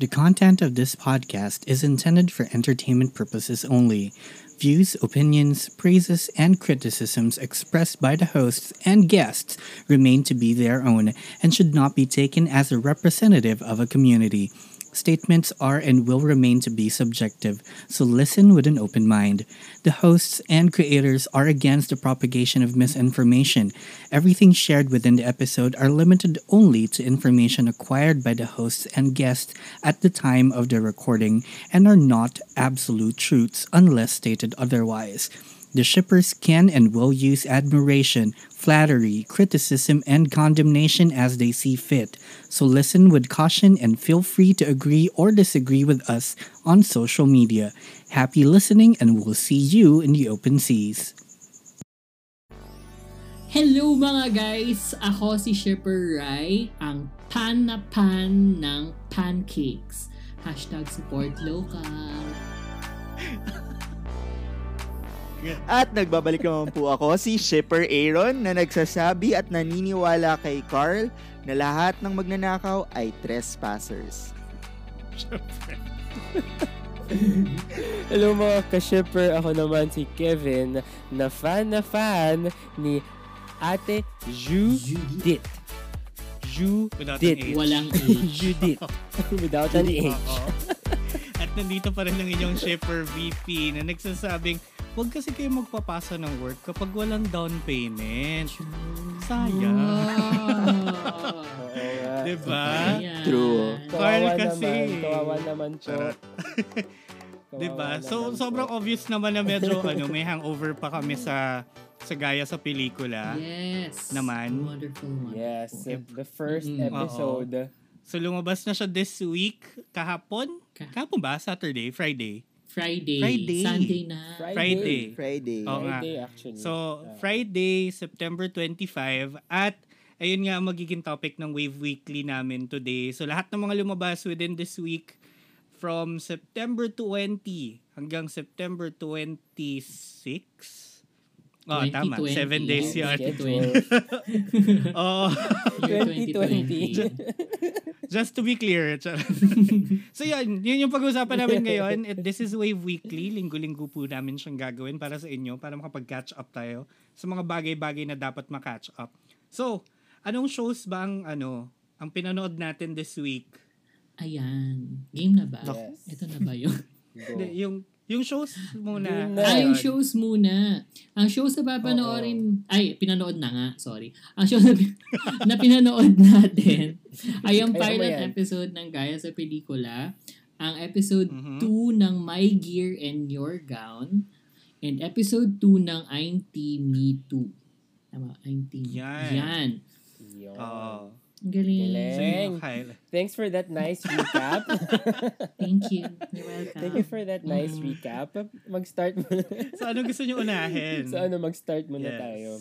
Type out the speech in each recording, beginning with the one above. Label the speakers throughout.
Speaker 1: The content of this podcast is intended for entertainment purposes only. Views, opinions, praises, and criticisms expressed by the hosts and guests remain to be their own and should not be taken as a representative of a community. Statements are and will remain to be subjective, so listen with an open mind. The hosts and creators are against the propagation of misinformation. Everything shared within the episode are limited only to information acquired by the hosts and guests at the time of the recording and are not absolute truths unless stated otherwise. The shippers can and will use admiration, flattery, criticism, and condemnation as they see fit. So listen with caution and feel free to agree or disagree with us on social media. Happy listening, and we'll see you in the open seas.
Speaker 2: Hello mga guys! Ako si Shipper Rai, ang pan na pan ng pancakes. Hashtag support local.
Speaker 3: At nagbabalik naman po ako si Shipper Aaron na nagsasabi at naniniwala kay Carl na lahat ng magnanakaw ay trespassers.
Speaker 4: Hello mga ka-shipper, ako naman si Kevin na fan na fan ni Ate Judith.
Speaker 5: Without an
Speaker 4: Judith.
Speaker 5: H.
Speaker 2: Walang age.
Speaker 4: Judith. Without an H.
Speaker 5: Oo. At nandito pa rin ang inyong shipper VP na nagsasabing, huwag kasi kayo magpapasa ng work kapag walang down payment. Sayang.
Speaker 2: Ah. Wow.
Speaker 5: Diba?
Speaker 2: Ayan.
Speaker 3: True.
Speaker 5: Carl
Speaker 4: Kawawa
Speaker 5: kasi.
Speaker 4: Naman, kawawa naman po.
Speaker 5: Charot.
Speaker 4: Kawawa
Speaker 5: Diba? So,
Speaker 4: naman
Speaker 5: sobrang
Speaker 4: po.
Speaker 5: obvious naman na medyo ano, may hangover pa kami sa sa gaya sa pelikula.
Speaker 2: Yes.
Speaker 5: Naman.
Speaker 2: Wonderful, wonderful.
Speaker 4: Yes, the first
Speaker 2: Mm-mm.
Speaker 4: episode.
Speaker 5: So, lumabas na siya this week, kahapon. Kahapon ba? Saturday? Friday?
Speaker 2: Friday.
Speaker 5: Friday.
Speaker 2: Sunday na.
Speaker 4: Friday.
Speaker 5: Friday.
Speaker 3: Friday.
Speaker 5: Oo nga.
Speaker 4: Friday actually.
Speaker 5: So,
Speaker 4: Ah.
Speaker 5: Friday, September 25 at ayun nga ang magiging topic ng Wave Weekly namin today. So, lahat ng mga lumabas within this week from September 20 hanggang September 26. Oh, tama. 7 days
Speaker 4: Oh,
Speaker 5: yun.
Speaker 4: schedule.
Speaker 5: Oh,
Speaker 2: Year 2020.
Speaker 4: 2020.
Speaker 5: just to be clear. charot. so yun, yun yung pag-uusapan namin ngayon. At this is Wave Weekly. Linggo-linggo po namin siyang gagawin para sa inyo, para makapag-catch up tayo sa mga bagay-bagay na dapat ma-catch up. So, anong shows ba ang, ano, ang pinanood natin this week?
Speaker 2: Ayan. Game na ba?
Speaker 4: Yes.
Speaker 2: Ito na ba yun?
Speaker 4: Go.
Speaker 5: Hindi, Yung, yung shows muna.
Speaker 4: Yun na.
Speaker 2: Ah, yung
Speaker 5: Ayun.
Speaker 2: shows muna. Ang shows na papanoorin, ay, pinanood na nga, sorry. Ang shows na, pin- na pinanood natin ay ang
Speaker 4: Ay, ano
Speaker 2: pilot
Speaker 4: ba yan?
Speaker 2: episode ng Gaya sa Pelikula, ang episode 2
Speaker 5: Mhm.
Speaker 2: ng My Gear and Your Gown, and episode 2 ng I'm Team Me Too. Tama, I'm Team.
Speaker 5: Yan.
Speaker 2: Yan.
Speaker 4: Yun.
Speaker 5: Oo.
Speaker 2: Ang galing.
Speaker 4: Galing.
Speaker 5: Sino yung
Speaker 4: Thanks.
Speaker 5: Kyle?
Speaker 4: Thanks for that nice recap.
Speaker 2: Thank you. You're welcome.
Speaker 4: Thank you for that nice
Speaker 2: Mm.
Speaker 4: recap. Mag-start muna.
Speaker 5: So, anong gusto nyo unahin?
Speaker 4: So ano, mag-start muna
Speaker 5: Yes.
Speaker 4: tayo.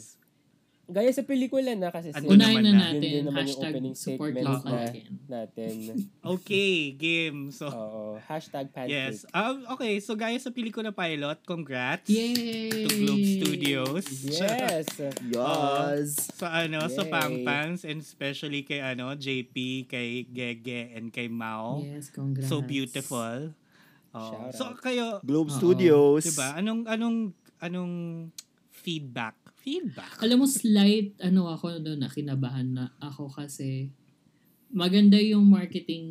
Speaker 4: Gaya sa pelikula na kasi
Speaker 5: At
Speaker 4: sir,
Speaker 5: una-
Speaker 2: Unahin
Speaker 5: naman na.
Speaker 2: na
Speaker 4: Yun din
Speaker 2: natin.
Speaker 4: naman yung
Speaker 2: Hashtag
Speaker 4: opening
Speaker 2: support
Speaker 4: statement
Speaker 2: local
Speaker 4: na-
Speaker 2: again.
Speaker 4: natin.
Speaker 5: Okay, game. So,
Speaker 4: Oo. Hashtag pancake.
Speaker 5: yes. Um, okay, so gaya sa pelikula pilot, congrats.
Speaker 2: Yay!
Speaker 5: to Globe Studios.
Speaker 4: Yes.
Speaker 3: Yas.
Speaker 5: Sa ano, sa
Speaker 4: Yay.
Speaker 5: Pangpangs and especially kay ano, JP, kay Gege and kay Mao.
Speaker 2: Yes, congrats.
Speaker 5: So beautiful. Oh.
Speaker 4: Shout
Speaker 5: So
Speaker 4: out.
Speaker 5: kayo,
Speaker 2: Oo.
Speaker 3: Globe Studios.
Speaker 5: 'di ba? Anong anong anong feedback? Feedback.
Speaker 2: Alam mo, slight, ano ako doon, nakinabahan na ako kasi maganda yung marketing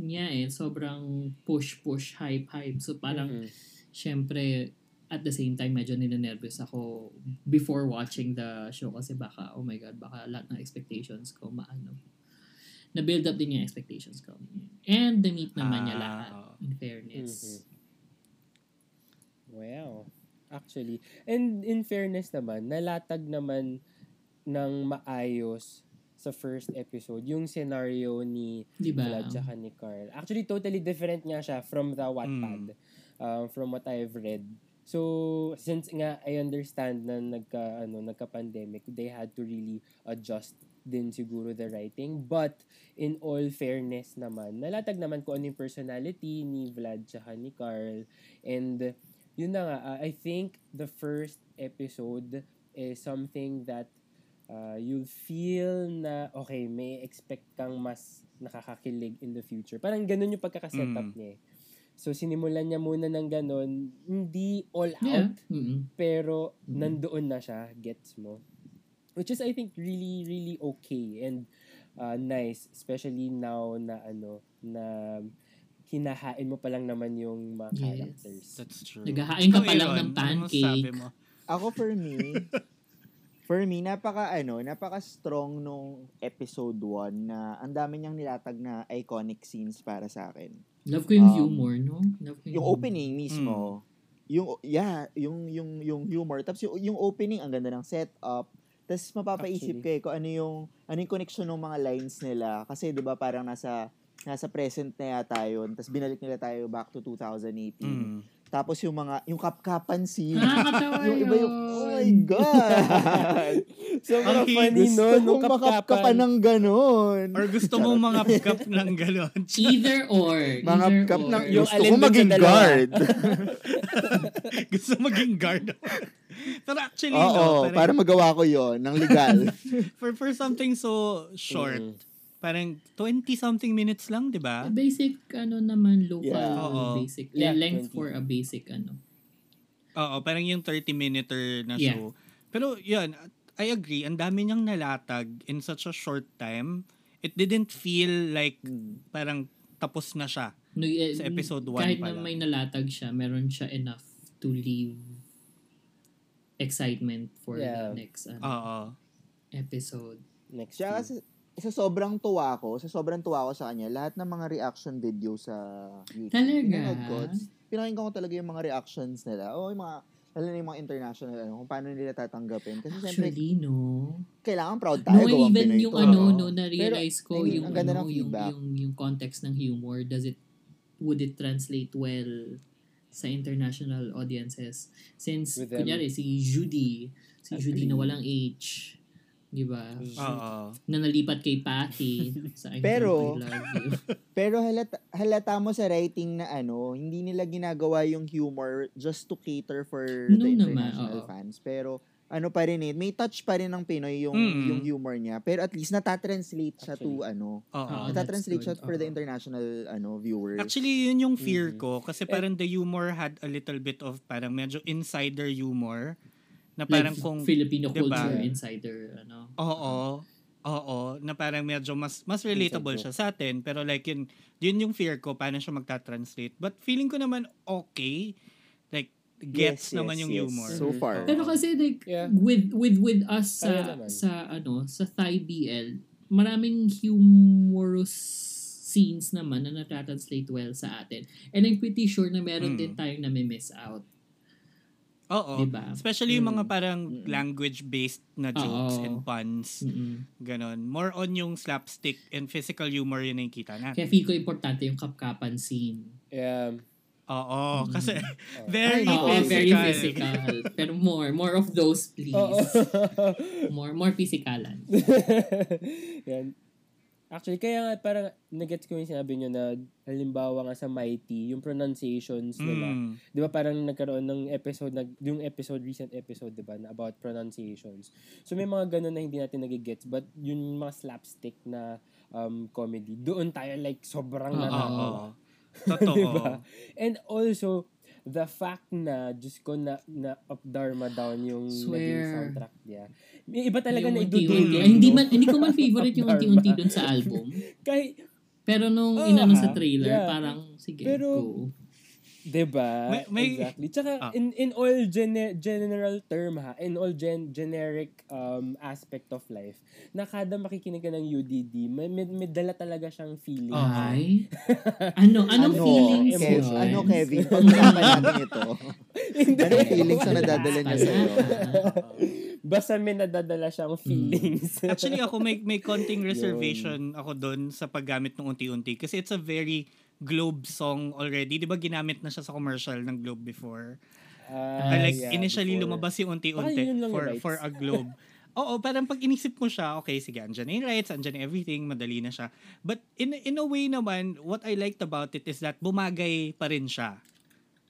Speaker 2: niya eh. Sobrang push, push, hype, hype. So parang,
Speaker 4: Mhm.
Speaker 2: syempre, at the same time, medyo ninenervous ako before watching the show kasi baka, oh my God, baka lahat ng expectations ko maano. Na-build up din yung expectations ko. And na-meet naman
Speaker 5: Ah,
Speaker 2: niya
Speaker 5: Mm-hmm. oo.
Speaker 2: lahat, in fairness.
Speaker 4: Wow. Actually. And in fairness naman, nalatag naman ng maayos sa first episode yung scenario ni
Speaker 2: Di ba?
Speaker 4: Vlad tsaka ni Carl. Actually, totally different nga siya from the
Speaker 2: Mm.
Speaker 4: Wattpad. um, from what I've read. So, since nga I understand na nagka, ano, nagka-pandemic, they had to really adjust din siguro the writing. But, in all fairness naman, nalatag naman ko ano yung personality ni Vlad tsaka ni Carl. And, yun na nga, uh, I think the first episode is something that uh, you'll feel na, okay, may expect kang mas nakakakilig in the future. Parang ganun yung pagkakasetup
Speaker 5: Mm.
Speaker 4: niya eh. So, sinimulan niya muna ng ganun. Hindi all
Speaker 2: Yeah.
Speaker 4: out,
Speaker 5: Oh.
Speaker 2: Mm-mm.
Speaker 4: pero
Speaker 3: Mm-hmm.
Speaker 2: Mm.
Speaker 4: nandoon na siya, gets mo. Which is, I think, really, really okay and uh, nice. Especially now na, ano, na hinahain mo pa lang naman yung mga
Speaker 2: Yes.
Speaker 4: characters.
Speaker 5: That's true.
Speaker 2: Naghahain ka
Speaker 5: Ikaw,
Speaker 2: pa lang
Speaker 5: Aaron,
Speaker 2: ng
Speaker 5: ano masasabi
Speaker 2: pancake.
Speaker 5: mo?
Speaker 3: Ako for me, for me, napaka ano, napaka strong nung episode 1 na ang dami niyang nilatag na iconic scenes para sa akin.
Speaker 2: Love ko yung
Speaker 3: Um,
Speaker 2: humor, no? Love ko
Speaker 3: Yung
Speaker 4: Mm.
Speaker 2: humor.
Speaker 3: opening mismo, yung yeah, yung yung yung humor. Tapos yung, yung opening ang ganda ng setup. Tapos mapapaisip
Speaker 4: Actually.
Speaker 3: kayo kung ano yung ano yung connection ng mga lines nila kasi 'di ba parang nasa nasa present na yata yun. Tapos binalik nila tayo back to 2018.
Speaker 5: Mm.
Speaker 3: Tapos yung mga yung kapkapan scene.
Speaker 2: Nakakatawa
Speaker 5: Ah,
Speaker 3: yung iba yung, oh my
Speaker 2: yun.
Speaker 3: God! so,
Speaker 4: Ang funny
Speaker 3: gusto
Speaker 4: nun, nung
Speaker 3: kong makapkapan
Speaker 4: kapkapan.
Speaker 3: ng ganon.
Speaker 5: Or gusto mo mga cup ng galon.
Speaker 2: Either or.
Speaker 3: Mga
Speaker 2: either
Speaker 3: kap
Speaker 2: or.
Speaker 3: ng
Speaker 4: Yung
Speaker 3: gusto ko
Speaker 4: alin dun sa
Speaker 3: maging
Speaker 4: dalawa?
Speaker 3: guard.
Speaker 5: gusto maging guard. Pero actually,
Speaker 3: Oo,
Speaker 5: no,
Speaker 3: para
Speaker 5: parang,
Speaker 3: magawa ko yon ng legal.
Speaker 5: for, for something so short,
Speaker 4: Mm.
Speaker 5: parang 20-something minutes lang, di ba?
Speaker 2: Basic, ano naman, local, ano,
Speaker 3: Yeah.
Speaker 5: Oo.
Speaker 2: basic.
Speaker 4: Yeah,
Speaker 2: length
Speaker 4: 20.
Speaker 2: for a basic, ano.
Speaker 5: Oo, parang yung 30-minuter na
Speaker 2: Yeah.
Speaker 5: show. Pero yun, I agree, ang dami niyang nalatag in such a short time. It didn't feel like parang tapos na siya.
Speaker 2: No, eh,
Speaker 5: Sa episode one
Speaker 2: Kahit
Speaker 5: pala.
Speaker 2: na may nalatag siya, meron siya enough to leave excitement for
Speaker 4: Yeah.
Speaker 2: the next ano,
Speaker 5: Oo.
Speaker 2: episode.
Speaker 4: Next
Speaker 2: Hmm.
Speaker 3: Siya
Speaker 4: few.
Speaker 3: kasi, sa sobrang tuwa ko, sa sobrang tuwa ko sa kanya, lahat ng mga reaction video sa YouTube.
Speaker 2: Talaga?
Speaker 3: Pinanood ko. Pinakinggan ko talaga yung mga reactions nila. O yung mga, lalo na yung mga international, ano, kung paano nila tatanggapin. Kasi syempre,
Speaker 2: Actually, no.
Speaker 3: kailangan proud tayo.
Speaker 2: No,
Speaker 3: gawang
Speaker 2: even
Speaker 3: Pinoy
Speaker 2: yung
Speaker 3: to,
Speaker 2: ano, no, na-realize
Speaker 3: I
Speaker 2: ko
Speaker 3: mean,
Speaker 2: yung,
Speaker 3: ang ganda
Speaker 2: ano,
Speaker 3: ng
Speaker 2: yung,
Speaker 3: feedback.
Speaker 2: yung, yung context ng humor, does it, would it translate well sa international audiences? Since,
Speaker 4: With them.
Speaker 2: kunyari, si Judy, si Judy
Speaker 4: Agree.
Speaker 2: na walang H, di ba?
Speaker 3: Mm.
Speaker 5: Oo.
Speaker 2: Na nalipat kay Patty sa I
Speaker 3: Pero-
Speaker 2: Know I Love You.
Speaker 3: Pero halata, halata mo sa writing na ano, hindi nila ginagawa yung humor just to cater for the
Speaker 2: Nung naman,
Speaker 3: international
Speaker 2: oo.
Speaker 3: fans. Pero ano pa rin eh, may touch pa rin ng Pinoy yung,
Speaker 5: Mm.
Speaker 3: yung humor niya. Pero at least natatranslate siya to ano,
Speaker 5: Oo.
Speaker 2: Oo. Oh, that's
Speaker 3: natatranslate siya
Speaker 2: good,
Speaker 3: for the
Speaker 2: oo.
Speaker 3: international ano viewers.
Speaker 5: Actually, yun yung fear
Speaker 2: Mm-hmm.
Speaker 5: ko.
Speaker 4: Mhm.
Speaker 2: Eh,
Speaker 5: Kasi parang the humor had a little bit of parang medyo insider humor. Na
Speaker 2: Like,
Speaker 5: parang kung...
Speaker 2: Filipino
Speaker 5: diba?
Speaker 2: culture insider, ano.
Speaker 5: Oo. Oo. Na parang medyo mas mas relatable siya sa atin. Pero like yun, yun yung fear ko, paano siya magta-translate. But feeling ko naman okay. Like, gets
Speaker 3: Yes,
Speaker 5: naman
Speaker 3: yes,
Speaker 5: yung
Speaker 3: yes.
Speaker 5: humor.
Speaker 3: So
Speaker 2: Mm-hmm.
Speaker 4: Mhm.
Speaker 3: far.
Speaker 2: Pero kasi like
Speaker 4: Yeah.
Speaker 2: with with with us
Speaker 4: Kaya
Speaker 2: sa
Speaker 4: naman.
Speaker 2: sa ano sa Thai BL, maraming humorous scenes naman na natatranslate well sa atin. And I'm pretty sure na meron
Speaker 4: Hmm.
Speaker 5: Mm.
Speaker 2: din tayong nami-miss out.
Speaker 5: Oo.
Speaker 2: Diba?
Speaker 5: Especially yung mga
Speaker 3: Mm.
Speaker 5: parang
Speaker 3: Mm.
Speaker 5: language-based na jokes
Speaker 2: Oo.
Speaker 5: and puns.
Speaker 2: Mm-mm.
Speaker 5: Ganon. More on yung slapstick and physical humor yun ang kita
Speaker 2: Kaya
Speaker 5: natin.
Speaker 2: feel ko importante yung kapkapan scene.
Speaker 4: Yeah.
Speaker 5: Oo.
Speaker 2: Mm.
Speaker 5: Kasi
Speaker 4: Oh.
Speaker 5: very,
Speaker 2: Oo,
Speaker 5: physical.
Speaker 2: very physical. Pero more, more of those please.
Speaker 4: Oo.
Speaker 2: More, more physicalans.
Speaker 4: Yan. Actually, kaya nga parang nag-gets ko yung sinabi nyo na halimbawa nga sa Mighty, yung pronunciations nila.
Speaker 5: Mm.
Speaker 2: Diba?
Speaker 4: Di ba parang nagkaroon ng episode, nag, yung episode, recent episode, di ba, na about pronunciations. So may mga ganun na hindi natin nagigets, but yun yung mga slapstick na um, comedy, doon tayo like sobrang
Speaker 2: Oo.
Speaker 5: Oo. Ah,
Speaker 4: natatawa.
Speaker 5: Totoo.
Speaker 4: Diba? And also, the fact na, Diyos ko, na, na up Dharma down yung
Speaker 2: Swear.
Speaker 4: naging soundtrack niya. May iba talaga na
Speaker 2: Yung
Speaker 4: idudulog.
Speaker 2: unti-unti.
Speaker 5: yun,
Speaker 2: Ay, hindi,
Speaker 4: no?
Speaker 2: man, hindi ko man favorite yung
Speaker 4: Dharma.
Speaker 2: unti-unti dun sa album.
Speaker 4: Kahit,
Speaker 2: Pero nung
Speaker 4: Oo,
Speaker 2: inano sa
Speaker 4: ha?
Speaker 2: trailer,
Speaker 4: Yeah.
Speaker 2: parang, sige,
Speaker 4: Pero,
Speaker 2: go.
Speaker 4: diba?
Speaker 5: May- may-
Speaker 4: exactly. Tsaka,
Speaker 5: Ah.
Speaker 4: in, in all gene- general term ha, in all gen- generic um, aspect of life, na kada makikinig ka ng UDD, may, may, may dala talaga siyang feeling.
Speaker 5: Oo.
Speaker 2: Ay? ano? Anong
Speaker 3: ano,
Speaker 2: feelings
Speaker 3: Kev,
Speaker 2: yun?
Speaker 3: ano Kevin, pag-usapan natin ito. Anong feelings na
Speaker 4: Wala.
Speaker 3: nadadala niya
Speaker 2: Wala.
Speaker 3: sa'yo?
Speaker 4: Basta may nadadala siyang
Speaker 3: Hmm.
Speaker 4: feelings.
Speaker 5: Actually, ako may, may konting reservation ako doon sa paggamit ng unti-unti. Kasi it's a very Globe song already. Di ba ginamit na siya sa commercial ng Globe before?
Speaker 4: Ah,
Speaker 5: like,
Speaker 4: yeah,
Speaker 5: initially
Speaker 4: before.
Speaker 5: lumabas yung
Speaker 4: Baka yun
Speaker 5: unti-unti
Speaker 4: lang yung
Speaker 5: for,
Speaker 4: rights.
Speaker 5: for a Globe. Oo, parang pag inisip mo siya, okay, sige, andyan na yung rights, andyan na everything, madali na siya. But in, in a way naman, what I liked about it is that bumagay pa rin siya.
Speaker 2: Mm.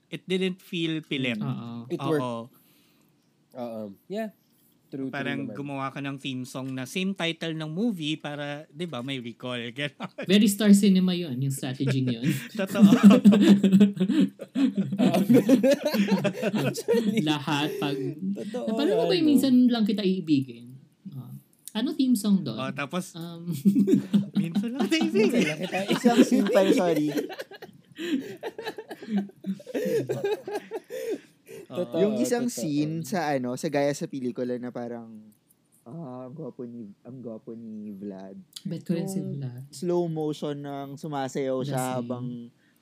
Speaker 5: It didn't feel pilit.
Speaker 2: Oo.
Speaker 4: It
Speaker 5: Oo.
Speaker 4: worked. Oo. Yeah. True,
Speaker 5: Parang
Speaker 4: true naman.
Speaker 5: gumawa ka ng theme song na same title ng movie para, di ba, may recall. Ganon.
Speaker 2: Very star cinema yun, yung strategy yun.
Speaker 5: Totoo.
Speaker 4: Oo. Actually,
Speaker 2: Lahat pag...
Speaker 4: Totoo.
Speaker 3: Oh,
Speaker 2: Paano mo ba
Speaker 4: ano?
Speaker 2: yung minsan lang kita iibigin? Ah. ano theme song doon?
Speaker 5: oh, tapos,
Speaker 2: Um,
Speaker 5: minsan lang
Speaker 4: Minsan
Speaker 5: naibig.
Speaker 4: lang kita
Speaker 2: Eh,
Speaker 3: Isang scene pa yun, sorry.
Speaker 4: Totoo.
Speaker 3: yung isang
Speaker 4: totoo.
Speaker 3: scene sa ano, sa gaya sa pelikula na parang ah, ang gwapo ni ang gwapo ni Vlad.
Speaker 2: bet ko rin si
Speaker 3: Yung-
Speaker 2: Vlad.
Speaker 3: Slow motion ng sumasayaw
Speaker 2: Lasing.
Speaker 3: siya habang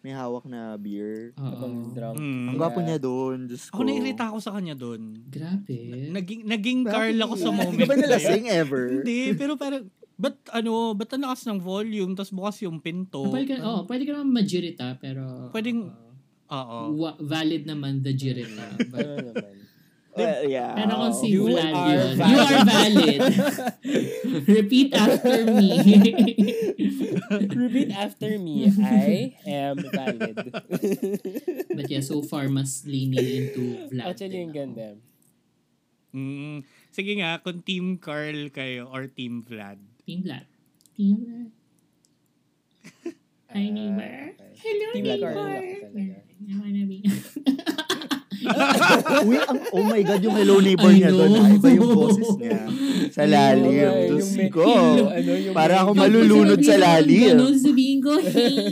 Speaker 3: may hawak na beer.
Speaker 2: Oh,
Speaker 4: Habang
Speaker 2: Oo.
Speaker 4: drunk.
Speaker 5: Mm.
Speaker 3: Ang
Speaker 4: Kaya-
Speaker 3: gwapo niya doon, Diyos ko.
Speaker 5: Ako nairita ako sa kanya doon.
Speaker 2: Grabe.
Speaker 5: Naging, naging Carl ako sa moment.
Speaker 3: Hindi ba
Speaker 5: na yun.
Speaker 3: nalasing ever?
Speaker 5: Hindi, pero parang, ba't ano, ba't ang lakas ng volume, tapos bukas yung pinto.
Speaker 2: pwede ka, oh, pwede ka naman majirita, pero...
Speaker 5: Pwedeng-
Speaker 2: oo.
Speaker 5: Oo.
Speaker 2: Wa- valid naman the jirita. But,
Speaker 4: Ano naman?
Speaker 3: Well, yeah.
Speaker 2: pero kung si
Speaker 4: You
Speaker 2: Vlad
Speaker 4: are
Speaker 2: yun, you are valid. Repeat after me.
Speaker 4: Repeat after me. I am valid.
Speaker 2: But yeah, so far, mas leaning into Vlad.
Speaker 4: Actually,
Speaker 2: din
Speaker 4: yung
Speaker 2: ako.
Speaker 4: ganda.
Speaker 5: Mm, sige nga, kung Team Carl kayo or Team Vlad.
Speaker 2: Team Vlad. Team Vlad. Hi,
Speaker 4: Ah,
Speaker 2: neighbor.
Speaker 4: okay.
Speaker 2: Hello,
Speaker 4: Team Vlad
Speaker 2: neighbor.
Speaker 4: talaga, talaga.
Speaker 2: I wanna be.
Speaker 3: Uy, ang, oh my God, yung hello neighbor
Speaker 2: I
Speaker 3: niya doon.
Speaker 2: know.
Speaker 3: ah. Iba yung boses niya. Sa lalim.
Speaker 4: Yung-
Speaker 3: Diyos
Speaker 4: yung-
Speaker 3: ko.
Speaker 4: yung- ano, yung-
Speaker 3: Para ako
Speaker 4: yung-
Speaker 3: malulunod sa lalim.
Speaker 4: ah."
Speaker 2: Ganun sabihin ko, hey.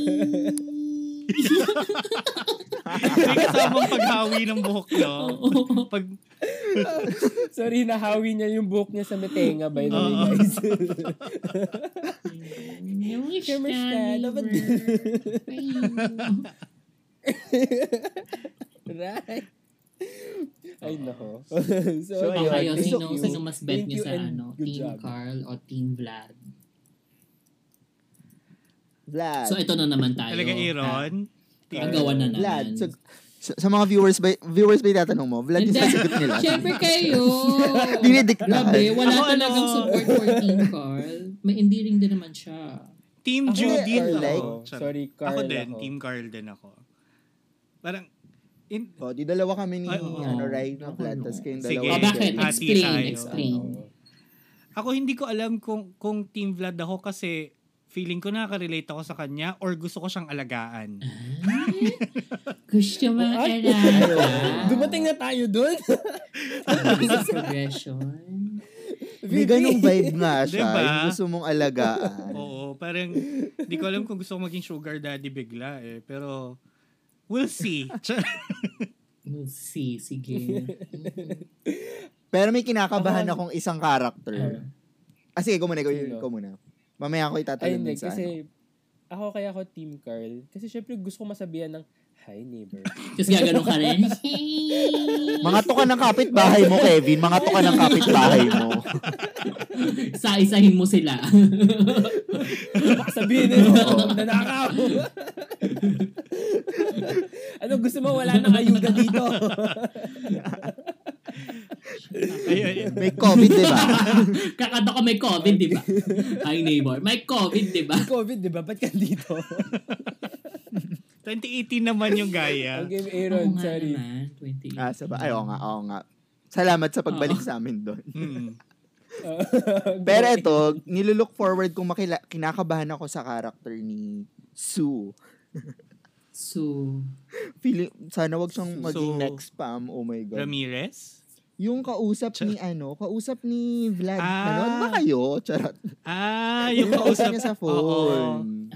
Speaker 5: May kasamang paghawi ng buhok nyo.
Speaker 2: Oo.
Speaker 5: Pag,
Speaker 4: Sorry, nahawi niya yung buhok niya sa metenga, by the way,
Speaker 5: Oo.
Speaker 4: guys.
Speaker 2: Kamusta,
Speaker 4: Kamusta,
Speaker 2: neighbor?
Speaker 4: dapat-
Speaker 2: Ayun.
Speaker 4: right? Ay, nako. so,
Speaker 3: So,
Speaker 2: Baka
Speaker 3: Ayun,
Speaker 2: yun,
Speaker 3: it's so
Speaker 2: sino,
Speaker 3: cute.
Speaker 2: sino mas bet
Speaker 4: Thank
Speaker 2: niyo
Speaker 4: you
Speaker 2: sa
Speaker 4: and
Speaker 2: ano?
Speaker 4: good
Speaker 2: Team
Speaker 4: job.
Speaker 2: Carl o Team Vlad?
Speaker 3: Vlad.
Speaker 2: So, ito na naman tayo.
Speaker 5: talaga Aaron.
Speaker 2: Ah, Ang gawa na naman.
Speaker 3: Vlad. So, sa, sa mga viewers ba, viewers ba itatanong mo? Vlad yung
Speaker 2: Hindi.
Speaker 3: sasagot nila.
Speaker 2: Siyempre kayo.
Speaker 3: Dinidik na.
Speaker 2: Grabe, wala
Speaker 5: Ako, ano?
Speaker 2: talagang support for Team Carl. May endearing din naman siya.
Speaker 5: Team
Speaker 4: Ako,
Speaker 5: Judith
Speaker 3: Carl,
Speaker 5: ako.
Speaker 3: like-
Speaker 5: Charot.
Speaker 4: oh. Sorry, Carl
Speaker 5: Ako din,
Speaker 4: ako.
Speaker 5: Team Carl din ako. Parang, in,
Speaker 3: O, Oh, di dalawa kami ni
Speaker 5: Ay, oo.
Speaker 3: ano, Ray na Vlad.
Speaker 2: Ano?
Speaker 3: Tapos kayong
Speaker 5: Sige.
Speaker 3: dalawa.
Speaker 5: Oh,
Speaker 2: O,
Speaker 3: ni
Speaker 2: bakit?
Speaker 5: Ati tayo.
Speaker 3: Jerry.
Speaker 5: Oh.
Speaker 2: Explain, explain.
Speaker 5: ako hindi ko alam kung, kung Team Vlad ako kasi feeling ko nakaka-relate ako sa kanya or gusto ko siyang alagaan.
Speaker 2: Ay, Gusto mo
Speaker 4: Ay,
Speaker 2: alaga?
Speaker 4: Dumating na tayo dun.
Speaker 2: Business progression.
Speaker 3: May ganong vibe nga siya.
Speaker 5: Diba?
Speaker 3: Yung gusto mong alagaan.
Speaker 5: Oo, parang hindi ko alam kung gusto ko maging sugar daddy bigla eh. Pero, we'll see. Char-
Speaker 2: We'll see. Sige.
Speaker 3: Pero may kinakabahan akong
Speaker 4: Ako-
Speaker 3: isang character. Ah, sige, ko muna. Ikaw
Speaker 4: Sino?
Speaker 3: ikaw muna. Mamaya ako
Speaker 4: Ay,
Speaker 3: itatanong
Speaker 4: hindi.
Speaker 3: din sa ano.
Speaker 4: Kasi, ako kaya ako Team Carl. Kasi syempre gusto ko masabihan ng, Hi, neighbor.
Speaker 2: Tapos gagano ka rin. Hey!
Speaker 3: Mga tuka ng kapitbahay mo, Kevin. Mga tuka ng kapitbahay mo.
Speaker 2: Sa-isahin mo sila.
Speaker 4: Baka sabihin "Oh, nyo, nanakaw. ano gusto mo? Wala nang ayuda dito.
Speaker 5: Ayun,
Speaker 3: May COVID, di ba?
Speaker 2: Kakanta ko may COVID, di ba? Hi, neighbor. May COVID, di ba?
Speaker 4: COVID, di ba? Ba't ka dito?
Speaker 5: 2018 naman yung gaya.
Speaker 4: okay,
Speaker 2: Oo
Speaker 4: Aaron,
Speaker 2: nga
Speaker 4: sorry.
Speaker 2: naman. 28.
Speaker 3: Ah, sa ba? Ay, oo nga, oo nga. Salamat sa pagbalik sa amin doon.
Speaker 5: Hmm.
Speaker 3: Pero ito, nilulook forward kung makila- kinakabahan ako sa character ni Sue.
Speaker 2: So,
Speaker 3: Feeling, sana wag siyang
Speaker 5: Sue.
Speaker 3: maging
Speaker 5: So,
Speaker 3: next spam. Oh my God.
Speaker 5: Ramirez?
Speaker 3: Yung kausap ni ano, kausap ni Vlad.
Speaker 5: Ah.
Speaker 3: Ano, ano ba kayo? Charot.
Speaker 5: Ah, yung
Speaker 3: Yung
Speaker 5: kausap.
Speaker 3: kausap niya sa
Speaker 5: Oo.
Speaker 3: phone.
Speaker 2: ah,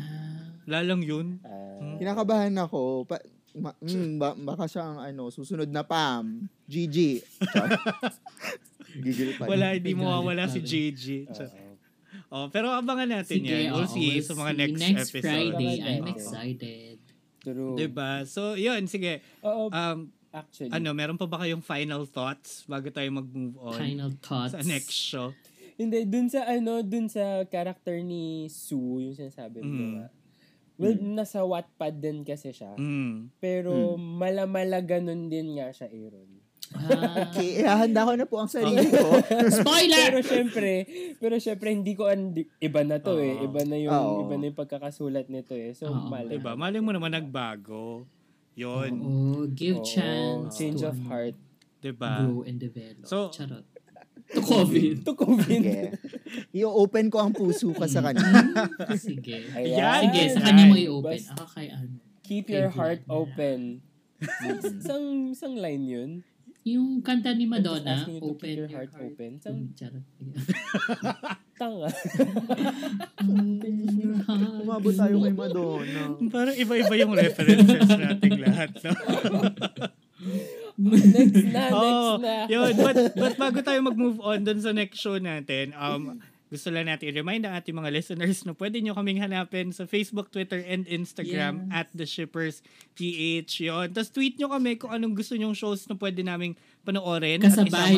Speaker 5: Lalang yun.
Speaker 4: Ah,
Speaker 3: Kinakabahan ako. Pa, ma- mm, ba- baka siya ang ano, susunod na Pam. GG. Charot. Gigil pa.
Speaker 5: Wala, hindi
Speaker 2: May
Speaker 5: mo
Speaker 2: galit
Speaker 5: mawala si
Speaker 2: pala.
Speaker 5: JJ.
Speaker 4: oo.
Speaker 5: Oh, pero abangan natin
Speaker 2: ah, sige,
Speaker 5: yan. We'll
Speaker 2: oo,
Speaker 5: see ano, sa mga
Speaker 2: see.
Speaker 5: next, episode.
Speaker 2: Friday,
Speaker 4: Abangan
Speaker 2: I'm
Speaker 4: natin.
Speaker 2: excited.
Speaker 4: True.
Speaker 5: Diba? So, yun. Sige.
Speaker 4: Oo,
Speaker 2: Ah,
Speaker 5: Um,
Speaker 4: actually.
Speaker 5: ano, meron pa ba kayong final thoughts bago tayo mag-move on
Speaker 2: Final thoughts.
Speaker 5: sa next show?
Speaker 4: Hindi, dun sa ano, dun sa character ni Sue, yung sinasabi mo,
Speaker 5: Mm.
Speaker 4: diba? Well, nasa Wattpad din kasi siya.
Speaker 5: Mm.
Speaker 4: Pero malamala ganun din nga siya, Aaron.
Speaker 2: Ah,
Speaker 3: Okay, ihahanda ko na po ang sarili ko.
Speaker 2: spoiler!
Speaker 4: Pero syempre, pero syempre hindi ko andi- iba na to eh.
Speaker 5: Oo.
Speaker 4: Iba na yung
Speaker 3: Oo.
Speaker 4: iba na yung pagkakasulat nito eh. So
Speaker 2: Oo.
Speaker 4: malay.
Speaker 5: Diba? Malay mo naman nagbago. Yun.
Speaker 2: Oh, give
Speaker 4: Oo,
Speaker 2: chance.
Speaker 4: Change
Speaker 2: to,
Speaker 4: of
Speaker 2: ano,
Speaker 4: heart.
Speaker 5: Diba?
Speaker 2: Grow and develop.
Speaker 5: So,
Speaker 2: Charot. To COVID.
Speaker 4: to COVID.
Speaker 3: Sige. I-open ko ang puso ko sa kanya.
Speaker 2: Sige.
Speaker 4: Ayan.
Speaker 2: Sige, sa
Speaker 5: Ayan.
Speaker 2: kanya mo i-open.
Speaker 4: Basta-
Speaker 2: Ako kay ano.
Speaker 4: Keep
Speaker 2: Kay
Speaker 4: your heart
Speaker 2: Glenn.
Speaker 4: open. Sang- sang, sang line yun?
Speaker 2: Yung kanta ni
Speaker 4: I'm just
Speaker 2: Madonna,
Speaker 4: asking you to
Speaker 2: Open
Speaker 4: keep your heart, open. Sang
Speaker 2: Mm, Charot.
Speaker 4: tanga.
Speaker 2: Open your heart.
Speaker 3: Umabot tayo kay Madonna.
Speaker 5: Parang iba-iba yung references nating lahat. No?
Speaker 4: next na,
Speaker 2: Oh,
Speaker 5: Oo,
Speaker 4: next na.
Speaker 5: yun. But, but bago tayo mag-move on dun sa next show natin, um, gusto lang natin i-remind ang ating mga listeners na pwede nyo kaming hanapin sa Facebook, Twitter, and Instagram
Speaker 2: Yes.
Speaker 5: at The Shippers PH. Yun. Tapos tweet nyo kami kung anong gusto nyong shows na pwede naming panoorin
Speaker 2: kasabay,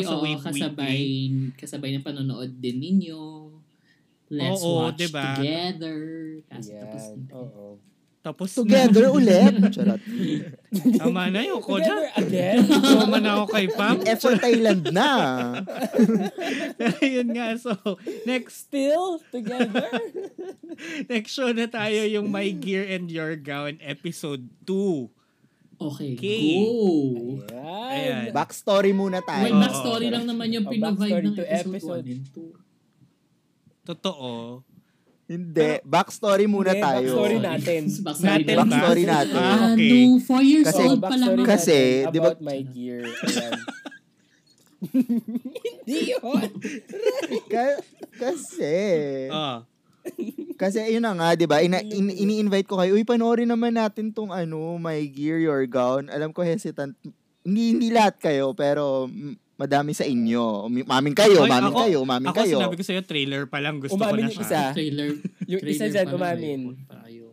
Speaker 5: at isama sa
Speaker 2: oo,
Speaker 5: Wave
Speaker 2: kasabay,
Speaker 5: Weekly.
Speaker 2: kasabay ng panonood din ninyo. Let's
Speaker 5: Oo,
Speaker 2: watch
Speaker 5: diba?
Speaker 2: together. Kasi tapos
Speaker 4: Yan,
Speaker 2: na.
Speaker 4: oo.
Speaker 5: Tapos
Speaker 3: Together ulit. Charot.
Speaker 5: Na, tama na yun. Koda.
Speaker 4: Together again?
Speaker 5: Tama na ako kay Pam.
Speaker 3: Effort Thailand na.
Speaker 5: yun nga. So, next
Speaker 4: Still together?
Speaker 5: next show na tayo yung My Gear and Your Gown episode 2.
Speaker 2: Okay,
Speaker 5: Okay.
Speaker 2: go!
Speaker 4: Ayan.
Speaker 3: Backstory muna
Speaker 2: May
Speaker 5: Oo.
Speaker 3: tayo.
Speaker 2: backstory lang naman yung
Speaker 4: Oh,
Speaker 2: pinuvibe
Speaker 4: backstory
Speaker 2: ng
Speaker 4: to
Speaker 2: episode
Speaker 4: episode.
Speaker 2: 1 and 2.
Speaker 5: Totoo.
Speaker 3: Hindi. Backstory muna
Speaker 4: Hindi,
Speaker 3: tayo.
Speaker 4: backstory natin.
Speaker 2: Oh, backstory
Speaker 5: Natin
Speaker 2: natin.
Speaker 5: ba?
Speaker 3: Backstory natin.
Speaker 5: Ah, okay.
Speaker 2: Ano, 4 years
Speaker 3: Kasi-
Speaker 2: old pa lang.
Speaker 4: backstory
Speaker 2: ako.
Speaker 3: Kasi,
Speaker 4: natin
Speaker 3: di ba-
Speaker 4: About my gear. Ayan. Hindi yun.
Speaker 3: Ka- kasi.
Speaker 5: Ah.
Speaker 3: Kasi ayun na nga, 'di ba? Ina- in- ini-invite ko kayo, uy panoorin naman natin tong ano, My Gear Your Gown. Alam ko hesitant. Hindi hindi lahat kayo, pero mm, madami sa inyo. Umi- Maming kayo,
Speaker 5: Ay,
Speaker 3: maming
Speaker 5: ako-
Speaker 3: kayo, maming
Speaker 5: Ako
Speaker 3: kayo.
Speaker 5: sinabi ko sa'yo, trailer pa lang gusto ko na
Speaker 4: Umamin yung
Speaker 5: siya.
Speaker 4: isa.
Speaker 2: Trailer.
Speaker 4: Yung isa
Speaker 2: trailer
Speaker 4: dyan,
Speaker 2: pa lang,
Speaker 4: umamin.
Speaker 2: eh, kung tayo.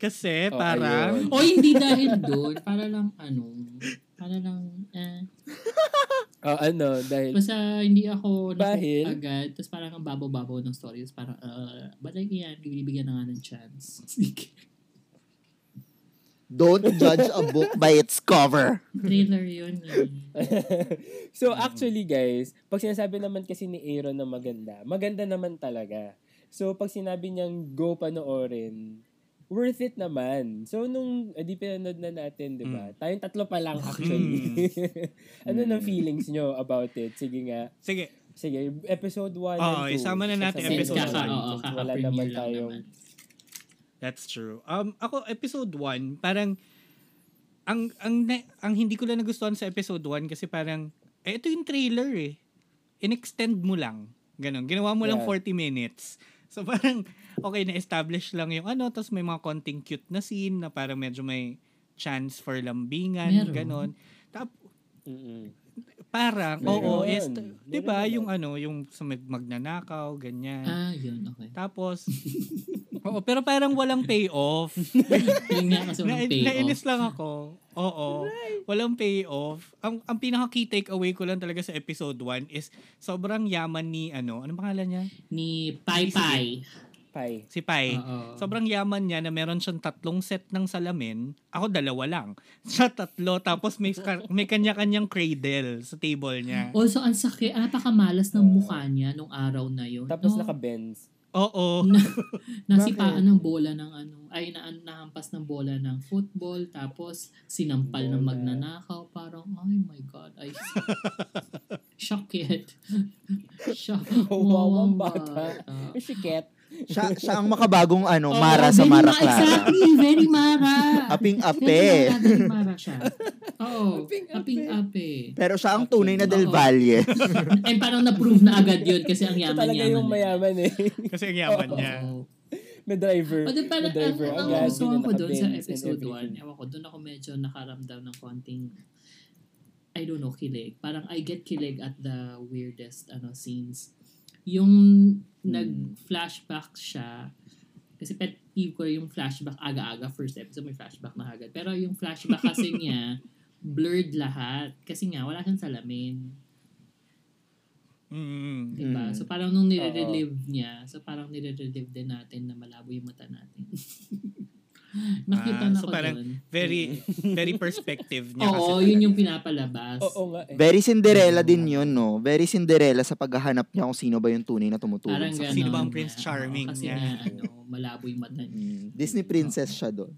Speaker 5: Kasi
Speaker 4: Oh,
Speaker 5: parang,
Speaker 4: ayun.
Speaker 2: O hindi dahil doon, para lang ano, para lang, eh,
Speaker 4: Oh, ano, dahil...
Speaker 2: Basta hindi ako
Speaker 4: Dahil?
Speaker 2: nakuha agad. Tapos parang ang babaw-babaw ng stories. Parang, uh, ba't like yan? Binibigyan na nga ng chance.
Speaker 3: Don't judge a book by its cover.
Speaker 2: Trailer yun. Eh.
Speaker 4: so actually guys, pag sinasabi naman kasi ni Aaron na maganda, maganda naman talaga. So pag sinabi niyang go panoorin, worth it naman. So nung eh, di pinanood na natin, 'di
Speaker 5: Mm.
Speaker 4: ba? Tayong tatlo pa lang actually. ano nang feelings nyo about it? Sige nga.
Speaker 5: sige,
Speaker 4: Sige, episode 1
Speaker 5: Oo,
Speaker 4: and 2.
Speaker 5: isama na natin
Speaker 4: Sasamahin
Speaker 5: episode
Speaker 4: natin.
Speaker 5: one.
Speaker 2: Oo,
Speaker 4: Since Wala
Speaker 2: kaka-premiere
Speaker 4: naman
Speaker 2: lang
Speaker 4: tayong...
Speaker 2: naman.
Speaker 5: that's true. Um, ako, episode 1, parang, ang, ang, na- ang hindi ko lang nagustuhan sa episode 1 kasi parang, eh, ito yung trailer eh. In-extend mo lang. Ganon. Ginawa mo lang
Speaker 4: Yeah.
Speaker 5: 40 minutes. So parang, okay, na-establish lang yung ano, tapos may mga konting cute na scene na parang medyo may chance for lambingan,
Speaker 2: Meron.
Speaker 5: ganon. Tap,
Speaker 4: Mm-mm.
Speaker 5: Parang,
Speaker 4: Meron.
Speaker 5: oo, yes.
Speaker 4: Meron.
Speaker 5: 'Di ba
Speaker 4: Meron.
Speaker 5: yung ano, yung sa mag- magnanakaw, ganyan.
Speaker 2: Ah, yun. Okay.
Speaker 5: Tapos, oo, pero parang walang payoff.
Speaker 2: Yun nga kasi
Speaker 5: Na,
Speaker 2: walang
Speaker 5: nainis
Speaker 2: payoff.
Speaker 5: lang ako. Oo. Walang payoff. Ang, ang pinaka key takeaway ko lang talaga sa episode 1 is sobrang yaman ni, ano, anong pangalan niya?
Speaker 2: Ni Pai Pai.
Speaker 4: Pai.
Speaker 5: Si Pai.
Speaker 2: Oo.
Speaker 5: Sobrang yaman niya na meron siyang tatlong set ng salamin. Ako dalawa lang. Siya tatlo. Tapos may, ka- may kanya-kanyang cradle sa table niya.
Speaker 2: Also, ang sakit, ah, napakamalas ng mukha niya nung araw na yun.
Speaker 4: Tapos
Speaker 2: no?
Speaker 4: naka-bends.
Speaker 5: Oo.
Speaker 2: na, nasipaan ng bola ng ano, ay na, nahampas ng bola ng football, tapos sinampal ng
Speaker 4: Bola.
Speaker 2: magnanakaw, parang, ay my God, ay, shock it. shock.
Speaker 4: Kawawang
Speaker 2: Wow,
Speaker 4: bata. Shiket.
Speaker 3: Siya, siya ang makabagong ano,
Speaker 2: Oo,
Speaker 3: Mara sa
Speaker 2: Oh, very
Speaker 3: Mara
Speaker 2: ma-
Speaker 3: Clara.
Speaker 2: Exactly, very Mara.
Speaker 3: Aping
Speaker 2: Very
Speaker 3: ape.
Speaker 2: Mara, very Mara siya. Oo,
Speaker 4: Aping
Speaker 2: aping,
Speaker 4: ape.
Speaker 2: ape.
Speaker 3: Pero siya ang tunay na Del
Speaker 2: Oo.
Speaker 3: Valle.
Speaker 2: Ay, parang na-prove na agad yun kasi ang
Speaker 4: Ito
Speaker 2: yaman-yaman.
Speaker 4: talaga yung
Speaker 2: na yun.
Speaker 4: mayaman eh.
Speaker 5: Kasi ang yaman
Speaker 4: Oo.
Speaker 5: niya.
Speaker 2: Oo.
Speaker 4: May driver.
Speaker 2: O di
Speaker 4: May
Speaker 2: parang ang,
Speaker 4: driver.
Speaker 2: ang,
Speaker 4: Ang
Speaker 2: nagustuhan
Speaker 4: gabi na
Speaker 2: ko doon sa
Speaker 4: naka-bends and
Speaker 2: episode
Speaker 4: everything.
Speaker 2: 1, ewan ko, doon ako medyo nakaramdam ng konting, I don't know, kilig. Parang I get kilig at the weirdest ano scenes. Yung
Speaker 4: Hmm.
Speaker 2: nag-flashback siya, kasi pet peeve ko yung flashback aga-aga first episode, may flashback na agad. Pero yung flashback kasi niya, blurred lahat. Kasi nga, wala siyang salamin.
Speaker 5: Mm.
Speaker 2: Diba?
Speaker 3: Mm.
Speaker 2: So parang nung nire-relive niya, so parang nire-relive din natin na malabo yung mata natin.
Speaker 5: Ah,
Speaker 2: Nakita na
Speaker 5: so
Speaker 2: ko
Speaker 5: parang
Speaker 2: doon.
Speaker 5: Very very perspective niya kasi.
Speaker 2: Oo, yun yung pinapalabas.
Speaker 4: Oo nga eh.
Speaker 3: Very Cinderella din yun, no? Very Cinderella sa paghahanap niya kung sino ba yung tunay na tumutulong
Speaker 2: Parang
Speaker 3: sa
Speaker 2: ganon.
Speaker 5: sino ba ang Prince Charming
Speaker 2: Oo, kasi
Speaker 5: niya?
Speaker 2: nga, ano, malabo yung mata niya.
Speaker 3: Mm, Disney princess siya doon.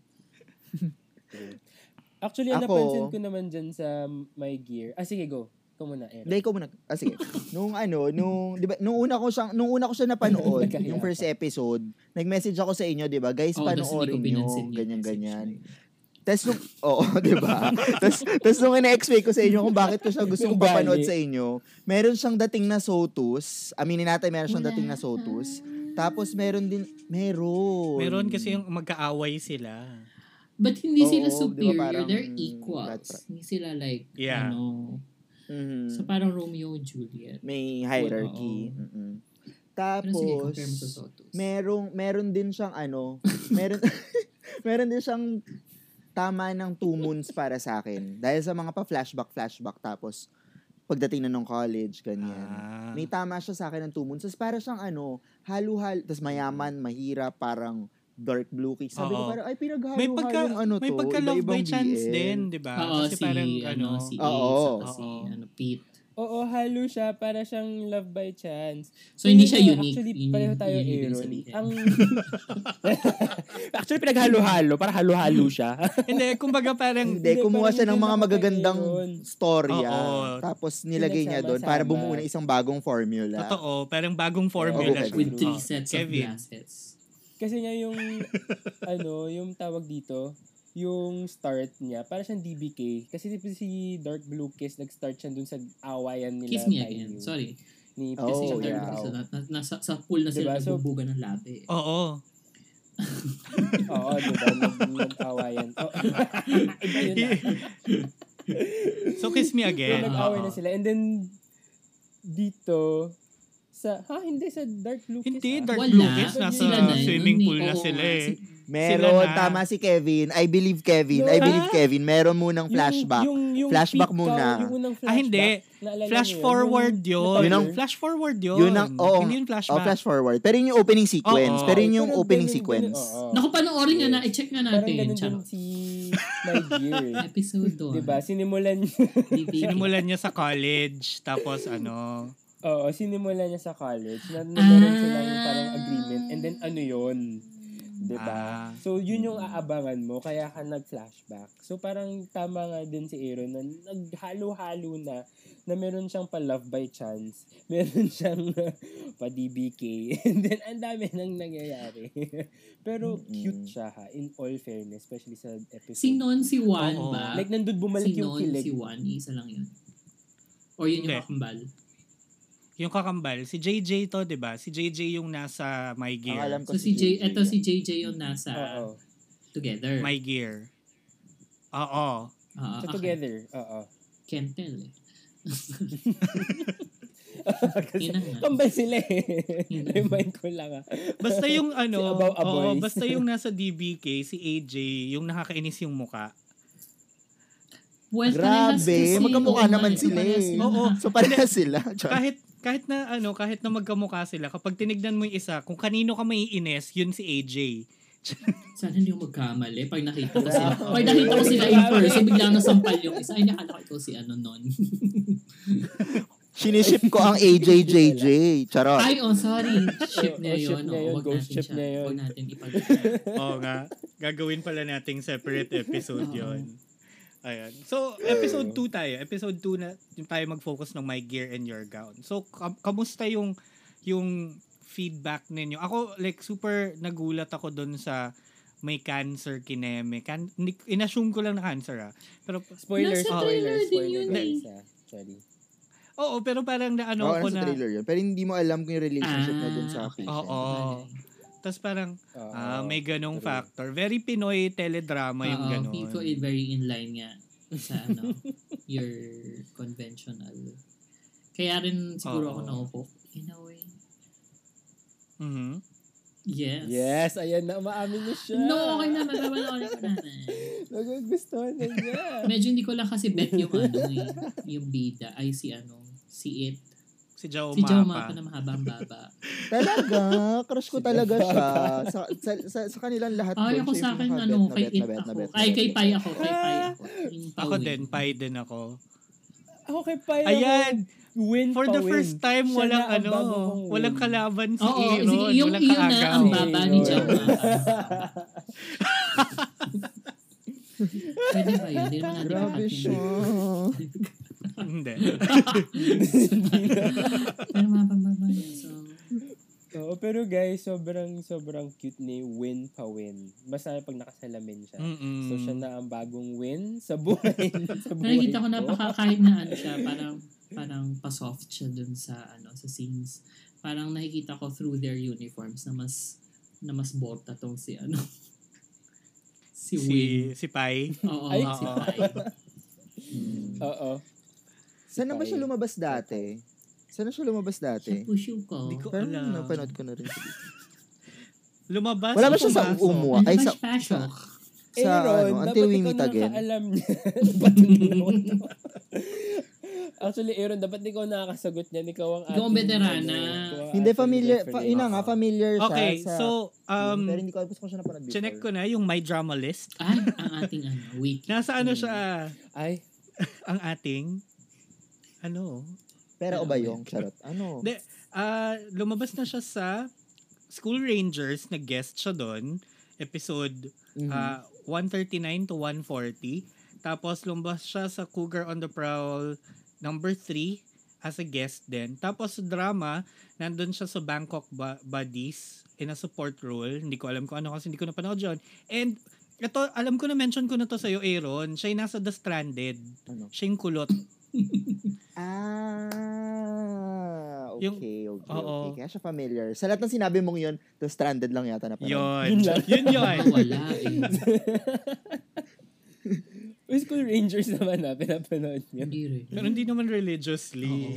Speaker 4: Actually, ang
Speaker 3: Ako-
Speaker 4: napansin ko naman dyan sa My Gear. Ah, sige, go. Ikaw muna, Eric.
Speaker 3: Hindi, ikaw muna. Ah, sige. nung ano, nung, di ba, nung una ko siyang, nung una ko siya napanood,
Speaker 4: Nagkahiya
Speaker 3: yung first episode, nag-message ako sa inyo, di ba? Guys,
Speaker 2: Oo, tapos hindi ko
Speaker 3: panoorin nyo,
Speaker 2: pinansin yung
Speaker 3: ganyan,
Speaker 2: message
Speaker 3: ganyan.
Speaker 2: na yun.
Speaker 3: Tapos nung, oo, di ba? Tapos, tapos nung ina-explain ko sa inyo kung bakit ko siya gusto kong
Speaker 4: Ugali.
Speaker 3: papanood sa inyo, meron siyang dating na sotus. Aminin natin, meron siyang dating
Speaker 2: Ah.
Speaker 3: na sotus. Tapos meron din, meron.
Speaker 5: Meron kasi yung magkaaway sila.
Speaker 2: But hindi
Speaker 3: Oo,
Speaker 2: sila
Speaker 3: di ba
Speaker 2: superior.
Speaker 3: parang
Speaker 2: They're
Speaker 3: bad
Speaker 2: equals.
Speaker 3: tra-
Speaker 2: Hindi sila like,
Speaker 5: Yeah.
Speaker 2: ano,
Speaker 3: Mhm.
Speaker 2: so parang Romeo and Juliet.
Speaker 3: May hierarchy. Mm-mm.
Speaker 2: Pero sige, compare mo sa
Speaker 3: Tapos,
Speaker 2: Sotos.
Speaker 3: merong meron din siyang ano, meron meron din siyang tama ng two moons para sa akin. Dahil sa mga pa-flashback, flashback, tapos pagdating na ng college, ganyan.
Speaker 5: Ah.
Speaker 3: May tama siya sa akin ng two moons. Tapos para siyang ano, halo-halo, tapos mayaman, mahirap, parang dark blue kiss. Sabi ko
Speaker 5: Oo.
Speaker 3: parang, ay pinaghalo-halo
Speaker 5: May pagka
Speaker 3: yung ano to.
Speaker 5: may pagka love by
Speaker 3: iba-ibang
Speaker 5: chance
Speaker 3: BL.
Speaker 5: din, 'di ba?
Speaker 2: Oo,
Speaker 5: Kasi
Speaker 2: si,
Speaker 5: parang
Speaker 2: ano, si A,
Speaker 3: Oo.
Speaker 2: saka si,
Speaker 5: Oo.
Speaker 2: ano, Pete.
Speaker 4: Oo, halo siya. Para siyang love by chance.
Speaker 2: So, hindi
Speaker 4: Yun
Speaker 2: siya
Speaker 4: nga,
Speaker 2: unique.
Speaker 4: Actually,
Speaker 2: Yun-
Speaker 4: pareho tayo
Speaker 2: yun yung ibig
Speaker 4: Aaron.
Speaker 2: sabihin.
Speaker 4: Ang... actually, pinaghalo-halo. Para halo-halo siya.
Speaker 5: Hindi, kumbaga parang
Speaker 3: Hindi,
Speaker 4: Hindi,
Speaker 3: kumuha
Speaker 4: parang
Speaker 3: siya ng
Speaker 4: hindi
Speaker 3: mga
Speaker 4: ako
Speaker 3: magagandang
Speaker 4: ngayon.
Speaker 3: storya.
Speaker 5: Oo.
Speaker 3: Tapos nilagay niya doon para
Speaker 4: Pinagsama-sama.
Speaker 3: bumuo ng isang bagong formula.
Speaker 5: totoo, parang bagong formula.
Speaker 3: Okay.
Speaker 5: siya.
Speaker 2: With three
Speaker 5: Oo.
Speaker 2: sets
Speaker 5: Kevin.
Speaker 2: of glasses.
Speaker 4: Kasi nga yung, ano, yung tawag dito, yung start niya, para siyang DBK. Kasi tipo si Dark Blue Kiss, nag-start siya dun sa awayan nila.
Speaker 2: Kiss me
Speaker 4: by
Speaker 2: again.
Speaker 4: you.
Speaker 2: Sorry.
Speaker 4: Ni
Speaker 3: Oh,
Speaker 2: Kasi
Speaker 4: Kasi
Speaker 2: siya
Speaker 4: Dark
Speaker 3: yeah.
Speaker 2: talaga
Speaker 4: Blue
Speaker 2: sa,
Speaker 4: Kiss.
Speaker 2: na, nasa, sa pool na sila
Speaker 4: Diba? So-
Speaker 2: nagbubuga ng labi.
Speaker 5: Oo.
Speaker 4: Oo, diba? Nag- Nag-awayan. Oo. Iba yun na.
Speaker 5: so kiss me
Speaker 4: So,
Speaker 5: again.
Speaker 4: nag-away
Speaker 5: Oo.
Speaker 4: na sila. And then, dito, sa, ha, hindi, sa Dark Blue Kiss,
Speaker 5: Hindi,
Speaker 4: ah.
Speaker 5: Dark
Speaker 2: Wala.
Speaker 5: Blue Kiss, nasa
Speaker 2: Sila na yun.
Speaker 5: swimming
Speaker 2: Nun eh.
Speaker 5: pool na
Speaker 2: Oo,
Speaker 5: sila
Speaker 2: nga,
Speaker 5: eh.
Speaker 2: si-
Speaker 3: Meron,
Speaker 5: Sila na.
Speaker 3: tama si Kevin. I believe Kevin. I
Speaker 4: Diba?
Speaker 3: believe Kevin. Meron munang
Speaker 4: Yung-
Speaker 3: flashback.
Speaker 4: yung- yung
Speaker 3: Flashback
Speaker 4: peak
Speaker 3: muna.
Speaker 4: daw, Yung unang flashback.
Speaker 5: Ah, hindi.
Speaker 4: naalala
Speaker 5: Flash
Speaker 4: niyo yun?
Speaker 5: forward
Speaker 4: Yung-
Speaker 5: yun.
Speaker 3: Yun ang-
Speaker 5: Flash forward yun.
Speaker 3: Yun ang, oo.
Speaker 5: Hindi yun flashback.
Speaker 3: Oh, flash forward. Pero yun yung opening sequence.
Speaker 5: Oo.
Speaker 3: Pero yun eh. yung
Speaker 4: Pero
Speaker 3: opening
Speaker 4: ganun-
Speaker 3: sequence.
Speaker 4: ganun- oo.
Speaker 2: Naku, panoorin nga na. I-check nga
Speaker 4: Parang
Speaker 2: natin.
Speaker 4: ganun din
Speaker 2: Mm, Charot.
Speaker 4: si My Gear.
Speaker 2: Episode 2.
Speaker 4: diba? Sinimulan niya.
Speaker 5: Sinimulan niya sa college, tapos ano,
Speaker 4: Oo, sinimulan niya sa college. Na, na
Speaker 2: Ah.
Speaker 4: meron silang parang agreement. And then ano yun?
Speaker 5: Ah.
Speaker 4: Diba? So, yun yung aabangan mo. Kaya ka nag-flashback. So, parang tama nga din si Aaron na naghalo-halo na na meron siyang pa-love by chance. Meron siyang pa-DBK. And then, ang dami nang nangyayari. Pero, cute siya ha. In all fairness. Especially sa episode.
Speaker 2: Si Non si Juan
Speaker 5: Oo.
Speaker 2: ba?
Speaker 4: Like, nandun bumalik
Speaker 2: si
Speaker 4: yung
Speaker 2: Non
Speaker 4: kilig.
Speaker 2: si Juan. Isa lang yun. Or yun yung
Speaker 5: Hindi.
Speaker 2: kakambal.
Speaker 5: yung kakambal, si JJ to, di ba? Si JJ yung nasa My
Speaker 3: Ang
Speaker 5: Gear.
Speaker 3: alam ko
Speaker 2: So si J, eto si JJ yung nasa ah,
Speaker 4: Oo.
Speaker 2: together.
Speaker 5: My Gear. Oo.
Speaker 2: Ah,
Speaker 4: So,
Speaker 2: okay.
Speaker 4: together. Oo.
Speaker 2: Can't tell eh.
Speaker 4: Kasi
Speaker 2: Yun na nga.
Speaker 4: kambal sila eh.
Speaker 2: Yun.
Speaker 4: Remind ko lang ah.
Speaker 5: Basta yung
Speaker 4: Si
Speaker 5: ano,
Speaker 4: Abaw Aboy.
Speaker 5: oo, basta yung nasa DBK, si AJ, yung nakakainis yung muka.
Speaker 2: Well, parehas
Speaker 3: Grabe.
Speaker 2: kasi,
Speaker 3: Magkamukha
Speaker 2: oo,
Speaker 3: naman
Speaker 2: eh.
Speaker 3: sila
Speaker 2: Parehas
Speaker 3: eh.
Speaker 2: sila.
Speaker 5: Oo.
Speaker 3: So, pareha sila. Char.
Speaker 5: kahit kahit na ano, kahit na magkamukha sila, kapag tinignan mo yung isa, kung kanino ka maiinis, yun si AJ.
Speaker 2: Sana hindi ako magkamali. Pag nakita ko sila,
Speaker 3: Grabe.
Speaker 2: pag nakita ko sila in person, bigla na sampal yung isa. Ay, nakala ko ikaw si ano, Non.
Speaker 3: Siniship ko ang AJJJ. Charot.
Speaker 2: Ay, oh, sorry. Ship
Speaker 4: Oh,
Speaker 2: niya
Speaker 4: oh, ship
Speaker 2: yun.
Speaker 4: niya
Speaker 2: Oh,
Speaker 4: yun.
Speaker 2: wag
Speaker 4: Ghost
Speaker 2: natin
Speaker 4: ship
Speaker 2: siya.
Speaker 4: niya yun.
Speaker 2: Huwag natin ipag
Speaker 5: Oo nga. Gagawin pala nating separate episode yun. Ayan. So, episode 2 tayo. Episode 2 na yung tayo mag-focus ng My Gear and Your Gown. So, kam- kamusta yung yung feedback ninyo? Ako, like, super nagulat ako doon sa may cancer kineme. Can, hindi- inassume ko lang na cancer, ah. Pero,
Speaker 4: Spoiler,
Speaker 2: Nasa
Speaker 4: spoiler,
Speaker 2: trailer din
Speaker 4: spoiler
Speaker 2: yun
Speaker 4: guys
Speaker 2: eh.
Speaker 4: ah. Sorry.
Speaker 5: oo, pero parang naano
Speaker 3: Oo,
Speaker 5: ko na.
Speaker 3: nasa trailer yun. Pero hindi mo alam kung yung relationship na dun sa
Speaker 2: Ah, okay.
Speaker 3: patient.
Speaker 5: Oo. Tapos parang,
Speaker 4: Oo.
Speaker 5: Ah, may ganong
Speaker 4: true.
Speaker 5: factor. Very Pinoy teledrama yung
Speaker 2: Oo,
Speaker 5: ganon.
Speaker 2: Feel ko it very in line nga sa ano, your conventional. Kaya rin siguro
Speaker 5: Oo.
Speaker 2: ako na-hook. In a way.
Speaker 5: Mhm.
Speaker 2: Yes.
Speaker 4: Yes, ayan na, umaamin na siya.
Speaker 2: No, okay na. Magbabalawala ko na.
Speaker 4: Nagugustuhan na niya.
Speaker 2: Medyo hindi ko lang kasi bet yung ano eh. Yung bida. Ay, si ano. Si It.
Speaker 5: Si Jao
Speaker 2: Si Joe Mapa
Speaker 5: Oh, Mapa.
Speaker 2: na mahabang baba.
Speaker 3: Talaga, crush ko talaga siya. Sa, sa, sa, sa kanilang lahat.
Speaker 2: Ay,
Speaker 3: doon,
Speaker 2: ako
Speaker 3: siya
Speaker 2: sa
Speaker 3: yung
Speaker 2: akin,
Speaker 3: nakabet,
Speaker 2: ano,
Speaker 3: nabet,
Speaker 2: kay It
Speaker 3: nabet,
Speaker 2: ako. Ay,
Speaker 3: nabet, nabet,
Speaker 2: kay
Speaker 3: nabet.
Speaker 2: Pai ako, kay Pai ako. Yung
Speaker 5: Ako
Speaker 2: Pawin.
Speaker 5: din, pie din ako.
Speaker 4: Ako kay Pai.
Speaker 5: Ayan!
Speaker 4: Win
Speaker 5: For
Speaker 4: pa
Speaker 5: the
Speaker 4: win.
Speaker 5: first time,
Speaker 4: Siya
Speaker 5: walang
Speaker 4: na ang
Speaker 5: ano,
Speaker 4: bago kong win.
Speaker 5: walang kalaban si
Speaker 2: Oo,
Speaker 5: Aaron.
Speaker 2: sige, yung
Speaker 5: walang
Speaker 2: yun na
Speaker 5: kaagaw.
Speaker 2: ang baba ni Joe Mapa. Pwede ba yun? Hindi naman natin
Speaker 3: Grabe
Speaker 2: kakatin.
Speaker 3: siya.
Speaker 5: Hindi.
Speaker 2: Pero mga pambabayan, so...
Speaker 4: Oo, pero guys, sobrang sobrang cute ni Win Pawin. Basta pag nakasalamin siya.
Speaker 5: Mm-mm.
Speaker 4: So siya na ang bagong Win sa buhay. sa buhay
Speaker 2: Nakikita ko napaka kahit na ano siya, parang parang pa-soft siya dun sa ano sa scenes. Parang nakikita ko through their uniforms na mas na mas bota tong si ano. si Win.
Speaker 5: Si, si Pai.
Speaker 2: Oo,
Speaker 4: Ay,
Speaker 2: si
Speaker 5: oo.
Speaker 2: Pai. Mm.
Speaker 4: Oo.
Speaker 3: Saan na ba siya lumabas dati? Saan na siya lumabas
Speaker 2: Siya
Speaker 3: dati?
Speaker 2: po, siya ko.
Speaker 5: Hindi ko
Speaker 3: Pero
Speaker 5: alam.
Speaker 3: napanood ko na rin.
Speaker 5: Lumabas.
Speaker 3: Wala ba siya sa
Speaker 5: pumasok.
Speaker 3: umua?
Speaker 2: Ay, sa
Speaker 3: Ay, sa,
Speaker 2: Ano fashion.
Speaker 3: sa
Speaker 4: Aaron,
Speaker 3: ano,
Speaker 4: Eh, dapat
Speaker 3: Until We
Speaker 4: ikaw
Speaker 3: Meet
Speaker 4: na
Speaker 3: Again.
Speaker 4: nakakaalam niya. dapat ikaw na Actually, Aaron, dapat ikaw nakakasagot niyan. Ikaw ang
Speaker 2: Ikaw ang
Speaker 4: ating-
Speaker 2: veterana.
Speaker 4: ikaw ang
Speaker 3: Hindi,
Speaker 4: ating
Speaker 3: familiar.
Speaker 4: reference.
Speaker 3: Fa, yun na nga, familiar siya.
Speaker 5: Okay,
Speaker 3: sa,
Speaker 5: so, um,
Speaker 3: pero hindi ko alam kung saan siya napanood before.
Speaker 5: chinek ko na yung my drama list.
Speaker 2: Ay, ang ating ano, wait.
Speaker 5: Nasa
Speaker 3: Hmm.
Speaker 5: ano siya,
Speaker 4: Ay,
Speaker 5: ang ating, ano,
Speaker 3: Pero o ba yung charot? Ano?
Speaker 5: Hindi. Ah, lumabas na siya sa School Rangers, nag-guest siya doon, episode
Speaker 3: Mhm.
Speaker 5: ah, 139 to 140. Tapos lumabas siya sa Cougar on the Prowl number 3 as a guest din. Tapos sa drama, nandun siya sa Bangkok Ba- Buddies in a support role. Hindi ko alam kung ano kasi hindi ko napanood yun. And ito, alam ko na mention ko na to sa'yo, Aaron. Siya yung nasa The Stranded.
Speaker 3: Ano?
Speaker 5: Siya yung kulot.
Speaker 3: Ah, okay,
Speaker 5: Yung-
Speaker 3: okay,
Speaker 5: oo.
Speaker 3: okay. Kaya siya familiar. Sa lahat ng sinabi mong yun, to stranded lang yata na panood.
Speaker 5: Yun. yun yun.
Speaker 2: Wala eh.
Speaker 4: Uy, School Rangers naman na, pinapanood niyo.
Speaker 2: Hindi rin.
Speaker 5: Pero hindi naman religiously.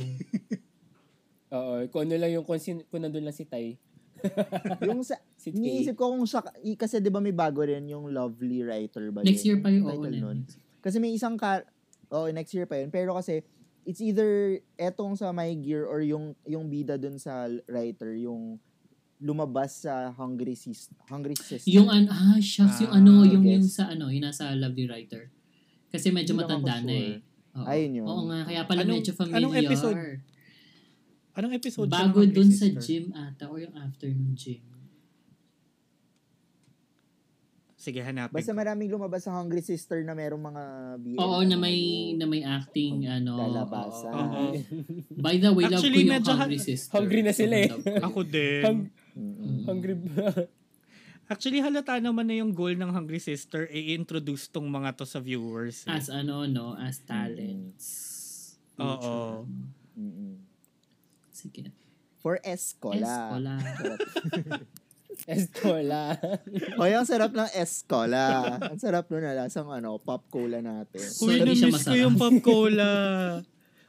Speaker 2: Oo.
Speaker 4: Oo, kung ano lang yung, kung, sin, kung nandun lang si Tay.
Speaker 3: yung sa,
Speaker 4: Si Tay.
Speaker 3: iniisip ko kung sa, i- kasi di ba may bago rin yung Lovely Writer ba
Speaker 2: Next year
Speaker 3: yun?
Speaker 2: pa yung oo
Speaker 3: Title
Speaker 2: na.
Speaker 3: nun. Kasi may isang ka oh, next year pa yun. Pero kasi, it's either etong sa My Gear or yung yung bida dun sa writer, yung lumabas sa Hungry Sis Hungry Sister.
Speaker 2: Yung ano, ah, shucks, yung
Speaker 5: Ah,
Speaker 2: ano, yung,
Speaker 3: yes.
Speaker 2: yung sa ano, yung nasa Lovely Writer. Kasi medyo
Speaker 3: Hindi naman ako
Speaker 2: matanda na
Speaker 3: sure.
Speaker 2: eh. Oo.
Speaker 3: Ayun yun.
Speaker 2: Oo nga, kaya pala
Speaker 5: Anong-
Speaker 2: medyo familiar.
Speaker 5: anong episode? Anong episode siya ng
Speaker 2: Bago
Speaker 5: Hungry
Speaker 2: dun sa
Speaker 5: Sister?
Speaker 2: gym ata or yung afternoon gym.
Speaker 5: Sige, hanapin
Speaker 3: Basta
Speaker 5: ko.
Speaker 3: maraming lumabas sa Hungry Sister na merong mga BL.
Speaker 2: Oo,
Speaker 3: ano,
Speaker 2: na may na may acting ano.
Speaker 3: Lalabasan.
Speaker 2: oo.
Speaker 5: Oo.
Speaker 2: By the way,
Speaker 5: Actually,
Speaker 2: love ko
Speaker 5: medyo
Speaker 2: yung
Speaker 5: ha-
Speaker 2: Hungry Sister.
Speaker 4: hungry na sila eh.
Speaker 2: Love ko yun.
Speaker 5: Ako din.
Speaker 4: Hung-
Speaker 3: Mm-mm.
Speaker 4: hungry
Speaker 5: Actually, halata naman na yung goal ng Hungry Sister, i-introduce tong mga to sa viewers. eh.
Speaker 2: As ano, no? As talents.
Speaker 5: Oo.
Speaker 3: Mm-mm.
Speaker 2: Sige.
Speaker 3: For Escola.
Speaker 2: Escola.
Speaker 4: Estola.
Speaker 3: o, yung sarap ng Escola. Ang sarap nun, alasang ano, pop cola natin.
Speaker 5: Uy,
Speaker 2: Sorry,
Speaker 5: na-miss ko
Speaker 2: siya masarap.
Speaker 5: yung pop cola.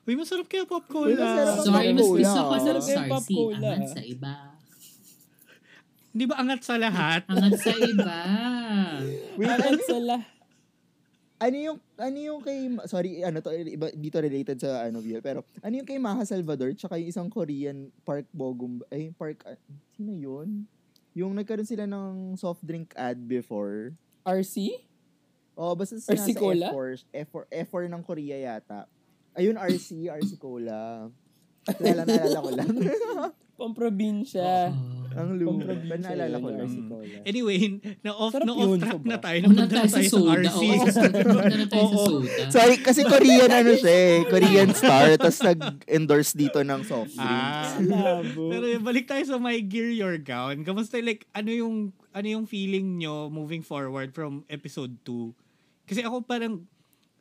Speaker 5: Uy, masarap kaya pop
Speaker 3: Uy,
Speaker 5: cola.
Speaker 3: masarap ang-
Speaker 2: Sorry, mas
Speaker 3: Cola.
Speaker 2: gusto ko ng
Speaker 4: Sarap yung
Speaker 2: Star
Speaker 4: pop
Speaker 2: C.
Speaker 4: cola.
Speaker 2: Angat
Speaker 5: ah.
Speaker 2: sa iba.
Speaker 5: Di ba angat sa lahat?
Speaker 2: Angat sa iba.
Speaker 3: Wait,
Speaker 4: Angat
Speaker 3: ano,
Speaker 4: sa lah-
Speaker 3: ano yung, ano yung kay, sorry, ano to, iba, dito related sa ano, VL, pero ano yung kay Maha Salvador, tsaka yung isang Korean Park Bogum, ay, Park, ah, sino yun? Yung nagkaroon sila ng soft drink ad before.
Speaker 4: RC?
Speaker 3: Oo, basta
Speaker 4: Or
Speaker 3: nasa
Speaker 4: si Cola?
Speaker 3: F4, F4, F4 ng Korea yata. Ayun, RC, RC Cola. Naalala, naalala ko lang.
Speaker 4: Pamprobinsya.
Speaker 2: Oo.
Speaker 3: Ang
Speaker 4: Pang
Speaker 3: lumo.
Speaker 4: probinsya
Speaker 3: Ba't naalala
Speaker 4: yun,
Speaker 3: ko lang?
Speaker 4: RC
Speaker 5: Mm.
Speaker 4: Cola.
Speaker 5: Anyway, na-off
Speaker 4: Sarap
Speaker 5: na off
Speaker 4: yun,
Speaker 5: track
Speaker 4: sobra.
Speaker 5: na tayo.
Speaker 2: Una
Speaker 5: Napunta
Speaker 2: tayo sa soda.
Speaker 5: RC.
Speaker 2: Oo, Punta na tayo sa
Speaker 5: Oo.
Speaker 2: soda.
Speaker 3: Mm. Sorry, kasi Korean ano siya eh. Korean star. Tapos nag-endorse dito ng soft drink.
Speaker 5: Ah.
Speaker 4: Labo.
Speaker 5: Pero yun, balik tayo sa My Gear Your Gown. Kamusta like ano yung ano yung feeling nyo moving forward from episode 2? Kasi ako parang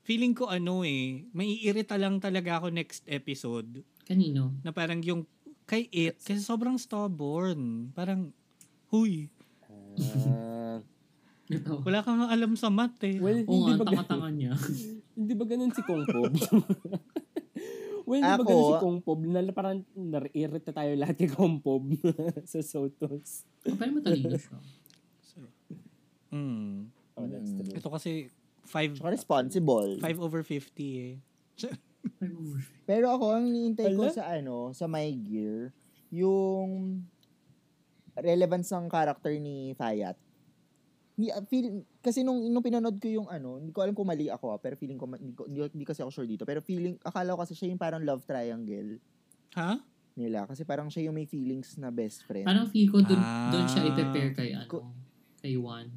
Speaker 5: feeling ko ano eh, maiirita lang talaga ako next episode
Speaker 2: Kanino?
Speaker 5: na parang yung kay It kasi sobrang stubborn. Parang huy,
Speaker 4: Ah.
Speaker 2: Ito.
Speaker 5: wala kang alam sa math eh.
Speaker 4: well,
Speaker 2: Oo
Speaker 4: hindi
Speaker 2: nga,
Speaker 4: ba,
Speaker 2: ang tanga-tanga niya.
Speaker 4: hindi ba ganun si Kong Pob? well, hindi
Speaker 3: Ako-
Speaker 4: ba ganun si Kong Pob? Na, parang naiirita tayo lahat kay Kong Pob sa Sotos.
Speaker 2: Oh, Pero matalino siya.
Speaker 5: Mm.
Speaker 4: Oh, that's
Speaker 3: Mm.
Speaker 4: true.
Speaker 5: Ito kasi 5
Speaker 3: Tsaka responsible.
Speaker 5: 5 over 50 eh.
Speaker 3: Pero ako, ang niintay ko
Speaker 4: Ala?
Speaker 3: sa ano, sa My Gear, yung relevance ng character ni Fayat. Ni, ah, feel, kasi nung, nung pinanood ko yung ano, hindi ko alam kung mali ako, ah, pero feeling ko, ma- hindi, ko- hindi, hindi kasi ako sure dito, pero feeling, akala ko kasi siya yung parang love triangle
Speaker 5: Ha?
Speaker 3: nila. Kasi parang siya yung may feelings na best friend.
Speaker 2: Parang feel ko dun,
Speaker 5: Ah.
Speaker 2: dun siya i-prepare kay ano.
Speaker 3: Ko-
Speaker 2: Kay Juan.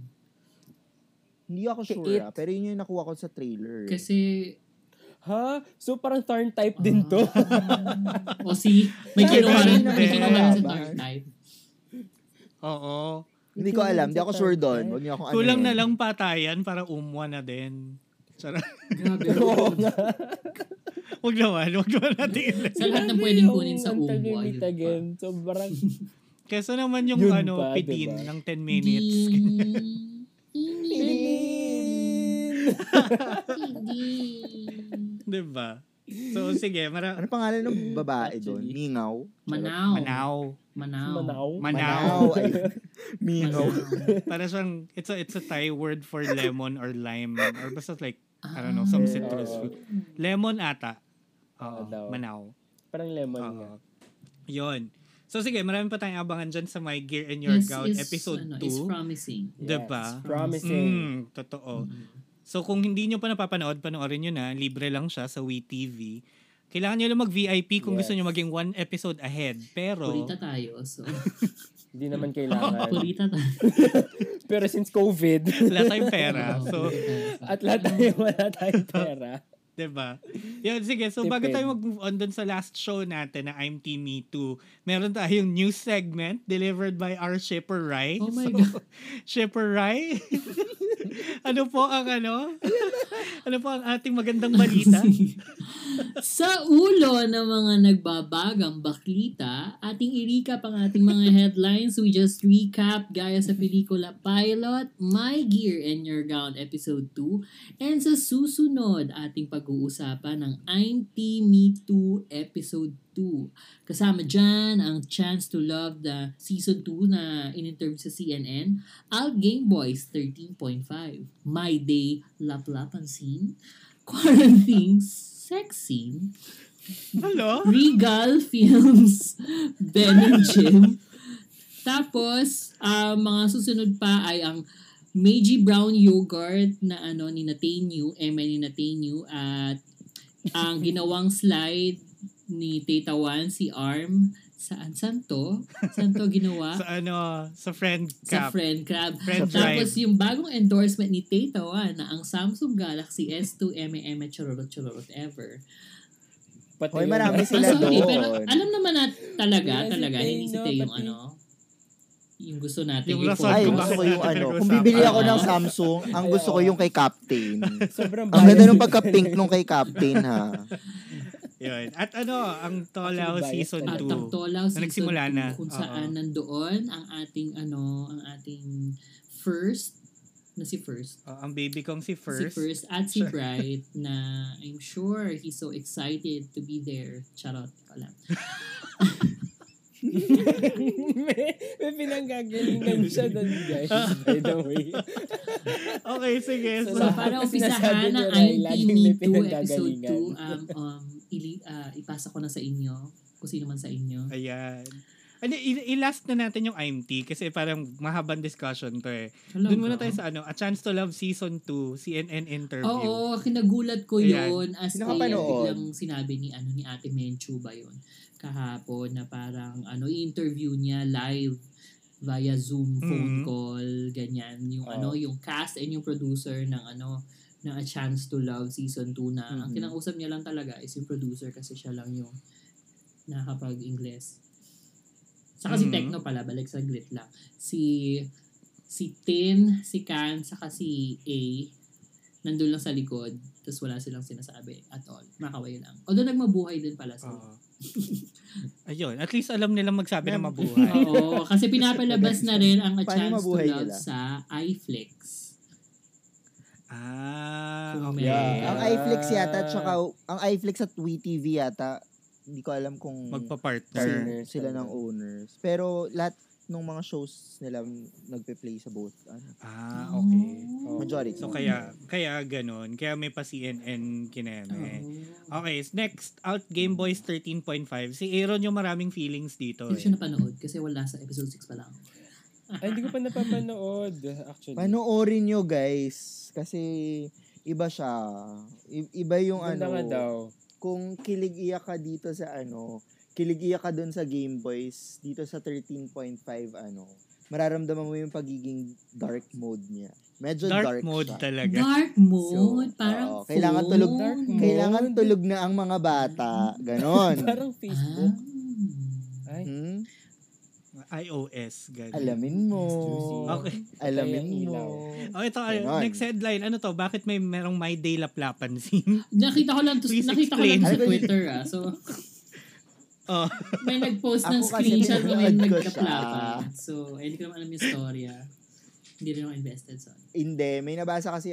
Speaker 3: Hindi ako
Speaker 4: Kay
Speaker 3: sure,
Speaker 4: It.
Speaker 3: ah, pero yun yung nakuha ko sa trailer.
Speaker 2: Kasi
Speaker 4: ha? So parang Tarn type din to.
Speaker 2: ah, o si, may
Speaker 3: Sorry,
Speaker 2: kinuha rin,
Speaker 3: sorry,
Speaker 2: may kinuha rin sa
Speaker 3: sorry.
Speaker 2: dark type.
Speaker 5: Oo.
Speaker 3: Hindi ko alam. Hindi ako sure doon. Huwag niyo akong ano.
Speaker 5: Kulang na lang patayan para umwa na din. Sarap.
Speaker 2: Grabe.
Speaker 4: Oo nga.
Speaker 5: Huwag naman, huwag naman natin ilagay.
Speaker 2: Sa lahat ng
Speaker 4: Grabe
Speaker 2: pwedeng
Speaker 4: yung
Speaker 2: kunin sa
Speaker 4: ang
Speaker 2: umwa,
Speaker 4: talimit
Speaker 2: yun pa.
Speaker 4: again. Sobrang
Speaker 5: Kesa naman yung
Speaker 4: Yun
Speaker 5: ano,
Speaker 4: pa,
Speaker 5: pitin
Speaker 4: diba?
Speaker 5: ng 10 minutes.
Speaker 4: Pilin!
Speaker 5: diba? So, sige, mara-
Speaker 3: Ano pangalan ng babae doon?
Speaker 2: Actually.
Speaker 3: Mingaw?
Speaker 2: Manaw.
Speaker 5: Manaw.
Speaker 2: Manaw.
Speaker 4: Manaw.
Speaker 5: Manaw.
Speaker 3: Ay,
Speaker 2: Manaw.
Speaker 3: Mingaw.
Speaker 5: Para siyang, it's a, it's a Thai word for lemon or lime. Or basta like, I don't know,
Speaker 2: Ah.
Speaker 5: some
Speaker 4: Eh,
Speaker 5: citrus
Speaker 4: oo.
Speaker 5: fruit. Lemon ata. Oo,
Speaker 4: Oo daw.
Speaker 5: manaw.
Speaker 4: Parang lemon
Speaker 5: Oo.
Speaker 4: nga.
Speaker 5: Yun. So, sige, marami pa tayong abangan dyan sa My Gear and Your
Speaker 2: Yes,
Speaker 5: Gown
Speaker 2: is,
Speaker 5: episode 2.
Speaker 2: ano, Is promising.
Speaker 5: Diba?
Speaker 2: Hmm.
Speaker 4: Yes, eh. promising.
Speaker 5: Mm, totoo. So kung hindi nyo pa napapanood, panoorin nyo na. Libre lang siya sa WeTV. Kailangan nyo lang mag-VIP kung gusto
Speaker 4: Yes.
Speaker 5: nyo maging one episode ahead. Pero,
Speaker 2: Kurita tayo. So,
Speaker 4: Hindi naman kailangan.
Speaker 2: kurita tayo.
Speaker 4: Pero since COVID,
Speaker 5: wala tayong pera. So,
Speaker 4: at lahat tayo wala tayong pera.
Speaker 5: 'di ba? diba? Yun, sige. So, bago
Speaker 4: Tipid.
Speaker 5: tayo mag-move on dun sa last show natin na I'm Team Me Too, meron tayong new segment delivered by our shipper Rai.
Speaker 2: Oh my
Speaker 5: So,
Speaker 2: God.
Speaker 5: Shipper Rai? ano po ang ano? ano po ang ating magandang balita?
Speaker 2: Sa ulo ng mga nagbabagang baklita, ating i-recap ang ating mga headlines. We just recap gaya sa pelikula Pilot, My Gear and Your Gown Episode 2. And sa susunod, ating pag-uusapan ng I'm Team Me Too Episode 2. Kasama dyan ang Chance to Love the Season 2 na in-interview sa CNN, Al Game Boys 13.5, My Day Laplapan Scene, Quarantine Sex Scene,
Speaker 5: Hello?
Speaker 2: Regal Films, Ben and Jim. Tapos, ah, mga susunod pa ay ang Meiji Brown Yogurt na ano ni Natenyu, Emma ni Natenyu, at ang ginawang slide ni Teta Wan, si Arm. Saan? Saan to? Saan to ginawa?
Speaker 5: Sa ano, sa friend
Speaker 2: sa
Speaker 5: cap.
Speaker 2: friend crab.
Speaker 5: Friend
Speaker 2: Tapos
Speaker 5: drive.
Speaker 2: yung bagong endorsement ni Tata Wan na ang Samsung Galaxy S2 MMM chororot chororot ever.
Speaker 4: Pati
Speaker 3: Hoy,
Speaker 4: yun.
Speaker 3: marami
Speaker 2: Ah,
Speaker 3: sila
Speaker 2: sorry,
Speaker 3: doon.
Speaker 2: pero alam naman na talaga,
Speaker 4: Hindi,
Speaker 2: talaga,
Speaker 4: si Tay,
Speaker 2: hindi si
Speaker 4: no,
Speaker 2: Tay yung
Speaker 4: pati-
Speaker 2: ano, yung gusto natin.
Speaker 5: Yung rason
Speaker 3: Ay,
Speaker 5: kung
Speaker 3: gusto
Speaker 5: bakit
Speaker 3: ko yung
Speaker 5: natin
Speaker 3: ano.
Speaker 5: pinag-usapan.
Speaker 3: Kung bibili ako ng
Speaker 2: Oo.
Speaker 3: Samsung, ang gusto ko yung kay Captain.
Speaker 4: Sobrang
Speaker 3: Ang ganda
Speaker 4: biased.
Speaker 3: nung pagka-pink nung kay Captain, ha?
Speaker 5: Yun. At ano, ang Tolaw
Speaker 4: Actually, biased
Speaker 5: Season
Speaker 4: talaga.
Speaker 2: At ang
Speaker 5: 2.
Speaker 2: Tolaw
Speaker 5: Na
Speaker 2: Season
Speaker 5: nagsimula
Speaker 2: 2,
Speaker 5: na.
Speaker 2: kung
Speaker 5: Oo.
Speaker 2: saan nandoon ang ating ano, ang ating first na si First
Speaker 5: Oh, ang baby kong si
Speaker 2: Si
Speaker 5: First.
Speaker 2: First at si
Speaker 5: Sure.
Speaker 2: Bright na I'm sure he's so excited to be there. Charot, di ko alam.
Speaker 4: may, may pinanggagalingan siya doon, guys.
Speaker 2: Ah.
Speaker 4: By the way.
Speaker 5: Okay, sige.
Speaker 4: So,
Speaker 2: So,
Speaker 5: So,
Speaker 4: lahat
Speaker 2: para
Speaker 4: na
Speaker 2: umpisahan
Speaker 4: sinasabi
Speaker 2: na
Speaker 4: niyo, Ray,
Speaker 2: I'm
Speaker 4: laging
Speaker 2: Team Me
Speaker 4: may
Speaker 2: Too episode
Speaker 4: pinanggagalingan.
Speaker 2: 2, um, um, ili, ah, ipasa ko na sa inyo, kung sino man sa inyo.
Speaker 5: ayan. Ano, i- i-last na natin yung IMT kasi parang mahabang discussion to eh.
Speaker 2: Alam
Speaker 5: Doon muna
Speaker 2: mo?
Speaker 5: tayo sa ano, A Chance to Love Season 2, CNN interview.
Speaker 2: Oo, kinagulat ko
Speaker 5: Ayan.
Speaker 2: yun as in,
Speaker 3: Sino ka panood?
Speaker 2: biglang sinabi ni ano ni Ate Menchu ba yun kahapon na parang ano interview niya live via Zoom phone
Speaker 5: Mhm.
Speaker 2: call ganyan yung
Speaker 4: Oo.
Speaker 2: ano
Speaker 5: Oh.
Speaker 2: yung cast and yung producer ng ano ng A Chance to Love season 2 na ang
Speaker 5: Mm-hmm.
Speaker 3: Mhm.
Speaker 2: kinausap niya lang talaga is yung producer kasi siya lang yung nakakapag-Ingles. Saka si
Speaker 5: Mhm.
Speaker 2: Tekno pala, balik sa grit lang. Si si Tin, si Kan, saka si A, nandun lang sa likod, tapos wala silang sinasabi at all. Makaway lang. Although nagmabuhay din pala sila.
Speaker 5: Oo. Ayun, at least alam nilang magsabi na
Speaker 3: Ma'am.
Speaker 5: mabuhay.
Speaker 2: Ah, Oo, kasi pinapalabas na rin ang A
Speaker 3: Paano
Speaker 2: Chance to
Speaker 3: mabuhay
Speaker 2: Love
Speaker 3: nila?
Speaker 2: sa iFlix.
Speaker 5: ah,
Speaker 2: Kung
Speaker 5: okay.
Speaker 2: meron.
Speaker 3: Ang
Speaker 4: Yeah.
Speaker 3: iFlix yata, tsaka ang iFlix at WeTV yata, hindi ko alam kung
Speaker 5: Magpa-partner.
Speaker 3: sila, sila ng owners. Pero lahat ng mga shows nila nagpe-play sa both. Ano,
Speaker 5: Ah, okay.
Speaker 4: Oh.
Speaker 3: majority.
Speaker 5: So, kaya, kaya ganun. Kaya may pa CNN
Speaker 2: Oh.
Speaker 5: kineme.
Speaker 2: Oo.
Speaker 5: Okay, s- next, out Game Boys 13.5. Si Aaron yung maraming feelings dito.
Speaker 2: Hindi ko
Speaker 5: Eh.
Speaker 2: siya napanood kasi wala sa episode 6 pa lang.
Speaker 4: Ay, hindi ko pa napapanood, actually.
Speaker 3: Panoorin nyo guys. Kasi iba siya. I- iba yung
Speaker 4: Ganda nga
Speaker 3: ano.
Speaker 4: daw.
Speaker 3: Kung kilig iyak ka dito sa ano, kilig iyak ka dun sa Game Boys, dito sa 13.5 ano. mararamdaman mo yung pagiging dark mode niya. Medyo
Speaker 5: Dark,
Speaker 3: dark,
Speaker 5: mode
Speaker 3: siya.
Speaker 5: talaga.
Speaker 2: Dark mode.
Speaker 3: So,
Speaker 2: parang
Speaker 3: oo, kailangan tulog-
Speaker 2: phone.
Speaker 4: Dark mode.
Speaker 3: Kailangan tulog na ang mga bata. Ganon.
Speaker 4: Parang
Speaker 2: Ah.
Speaker 4: Facebook. Ay,
Speaker 3: Hmm?
Speaker 5: iOS. Ganun.
Speaker 3: Alamin mo.
Speaker 5: Okay.
Speaker 3: Alamin
Speaker 4: Kaya
Speaker 3: mo.
Speaker 4: ilaw.
Speaker 5: Oh, ito, ay-
Speaker 3: Ganon.
Speaker 5: next headline. Ano to? Bakit may merong My Day laplapan scene?
Speaker 2: Nakita ko lang to,
Speaker 5: Please
Speaker 2: nakita ko lang to sa
Speaker 3: explain.
Speaker 2: Twitter ah. So,
Speaker 5: Oh.
Speaker 2: may nag-post ng
Speaker 3: Ako kasi
Speaker 2: screenshot na may
Speaker 3: pinanood ko
Speaker 2: nagkaplapan. So, ay, hindi ko naman alam yung story ah. Hindi rin ako invested sa ano.
Speaker 3: Hindi, may nabasa kasi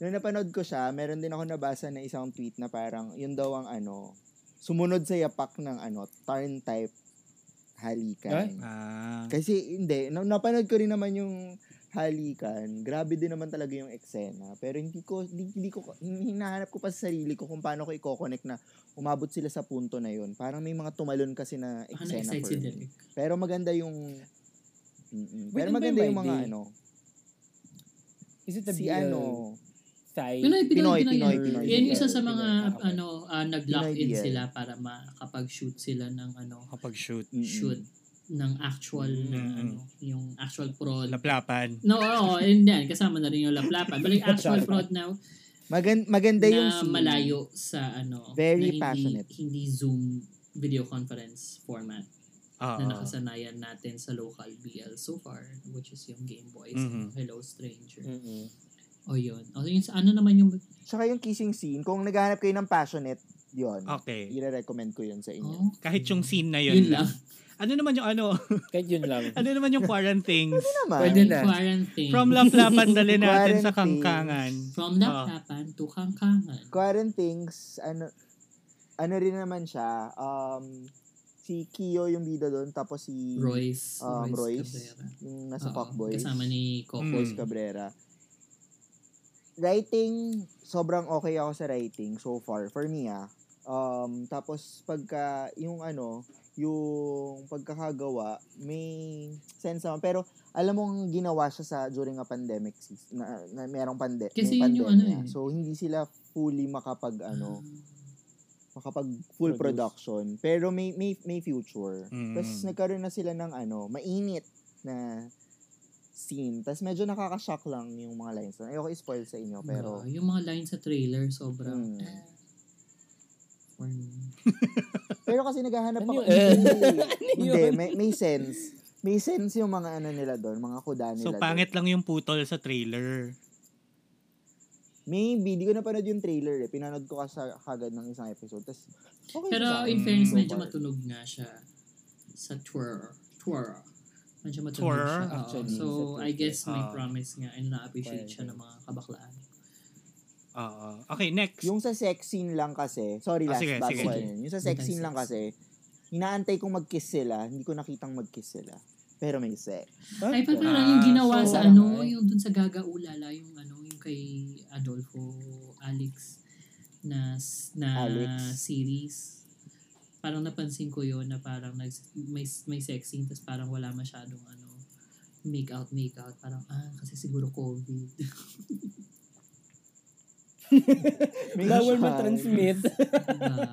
Speaker 3: nung napanood ko siya, meron din ako nabasa na isang tweet na parang yun daw ang ano, sumunod sa yapak ng ano, turn type halikan.
Speaker 5: Ah.
Speaker 3: Kasi hindi, na- napanood ko rin naman yung halikan. Grabe din naman talaga yung eksena. Pero hindi ko, hindi, hindi ko, hinahanap ko pa sa sarili ko kung paano ko i-connect na umabot sila sa punto na yun. Parang may mga tumalon kasi na
Speaker 2: Baka Ah,
Speaker 3: eksena
Speaker 2: na-excite
Speaker 3: for
Speaker 2: si
Speaker 3: me.
Speaker 2: Derek.
Speaker 3: Pero maganda yung Mm-mm.
Speaker 4: Wait,
Speaker 3: Pero
Speaker 4: ano ba
Speaker 3: maganda
Speaker 4: yung
Speaker 3: yung mga
Speaker 4: Friday?
Speaker 3: ano.
Speaker 4: Is it a uh,
Speaker 3: Si
Speaker 4: BL
Speaker 3: ano,
Speaker 4: Thai?
Speaker 2: Pinoy, Pinoy,
Speaker 3: Pinoy,
Speaker 2: Pinoy.
Speaker 3: Pinoy,
Speaker 2: Pinoy.
Speaker 3: Pinoy.
Speaker 2: Yan yung isa sa
Speaker 4: Pinoy,
Speaker 2: mga
Speaker 4: okay.
Speaker 2: ano ah, nag-lock-in
Speaker 3: Pinoy BL.
Speaker 2: sila para makapag-shoot sila ng ano
Speaker 5: Kapag-shoot.
Speaker 3: Mm-mm.
Speaker 2: shoot ng actual na
Speaker 5: Mm.
Speaker 2: ano yung actual prod.
Speaker 5: Laplapan.
Speaker 2: No, oo, and then kasama na rin yung laplapan. Balik actual prod na
Speaker 3: Magan- maganda yung
Speaker 2: na
Speaker 3: scene.
Speaker 2: malayo sa ano na hindi,
Speaker 3: Very passionate.
Speaker 2: hindi Zoom video conference format
Speaker 5: Oo.
Speaker 2: na nakasanayan natin sa local BL so far which is yung Game Boys
Speaker 5: Mhm.
Speaker 2: Hello Stranger
Speaker 4: Mm-mm.
Speaker 2: o yun o yun sa ano naman yung
Speaker 3: Tsaka yung kissing scene, kung naghahanap kayo ng passionate, yun.
Speaker 5: Okay.
Speaker 3: Ire-recommend ko yun sa inyo.
Speaker 2: oh,
Speaker 5: Kahit yung scene na
Speaker 2: yun
Speaker 5: yun,
Speaker 2: lang
Speaker 5: lang. Ano naman yung ano?
Speaker 4: Kahit yun lang.
Speaker 5: ano naman yung quarantine?
Speaker 3: Hindi Ano naman.
Speaker 4: Pwede na.
Speaker 2: quarantine
Speaker 5: From laplapan dali Ah. natin sa
Speaker 3: Quarantine.
Speaker 5: kangkangan.
Speaker 2: from laplapan to kangkangan
Speaker 3: Quarantines, ano, ano rin naman siya, um, si Kiyo yung bida doon, tapos si
Speaker 2: Royce
Speaker 3: um, Royce,
Speaker 2: Cabrera.
Speaker 3: yung nasa
Speaker 2: Oo,
Speaker 3: Mm. Cockboys.
Speaker 2: kasama ni Coco
Speaker 3: Boys Cabrera. Writing, sobrang okay ako sa writing so far. For me, ah. Um, tapos, pagka, yung ano, yung pagkakagawa, may sense naman. Pero, alam mong ginawa siya sa during a pandemic season, na, na merong pande,
Speaker 2: Kasi
Speaker 3: may
Speaker 2: yun yung
Speaker 3: pandemya.
Speaker 2: ano eh.
Speaker 3: So, hindi sila fully makapag, ano, makapag full
Speaker 4: Produce.
Speaker 3: production. Pero may, may, may future.
Speaker 5: Mm.
Speaker 3: Tapos nagkaroon na sila ng ano, mainit na scene. Tapos medyo nakakashock lang yung mga lines. na- Ayoko i-spoil sa inyo, pero...
Speaker 2: pero Ah, yung mga lines sa trailer sobrang
Speaker 3: Mm.
Speaker 2: ah, for me.
Speaker 3: Pero kasi naghahanap
Speaker 4: Ano
Speaker 3: ako...
Speaker 4: yun? Ano
Speaker 3: Hindi,
Speaker 4: yun?
Speaker 3: may, may sense. May sense yung mga ano nila doon, mga kuda nila
Speaker 5: So, pangit lang yung putol sa trailer.
Speaker 3: doon. Maybe, di ko napanood yung trailer eh. Pinanood ko kasi kagad ng isang episode. Tapos, okay
Speaker 2: Pero
Speaker 3: siya.
Speaker 2: in fairness,
Speaker 3: So
Speaker 4: Mm.
Speaker 2: medyo
Speaker 3: far.
Speaker 2: matunog nga siya sa twirl. Twirl. Medyo matunog
Speaker 5: Twirl,
Speaker 2: siya. Oo. so,
Speaker 4: actually, sa Twitter.
Speaker 2: I guess may
Speaker 5: Ah.
Speaker 2: promise nga and na-appreciate siya ng
Speaker 4: Twirl.
Speaker 2: mga kabaklaan.
Speaker 5: Oo. Okay, next.
Speaker 3: Yung sa sex scene lang kasi, sorry
Speaker 5: Ah,
Speaker 3: last,
Speaker 5: sige,
Speaker 3: bago
Speaker 5: sige.
Speaker 3: ko ano yun. Yung sa sex scene lang kasi, inaantay kong mag-kiss sila, hindi ko nakitang mag-kiss sila. Pero may sex.
Speaker 2: Ay, pag parang
Speaker 5: Ah,
Speaker 2: yung ginawa
Speaker 3: so
Speaker 2: sa
Speaker 3: parang
Speaker 2: ano,
Speaker 4: ay.
Speaker 2: yung dun sa Gaga Ulala, yung ano, yung kay Adolfo Alex na s- na
Speaker 3: Alex.
Speaker 2: series. Parang napansin ko yun na parang nags, may, may sex scene, tapos parang wala masyadong ano, make out, make out. Parang, ah, kasi siguro COVID.
Speaker 3: May
Speaker 4: Bawal
Speaker 3: siya.
Speaker 4: matransmit.
Speaker 2: Diba?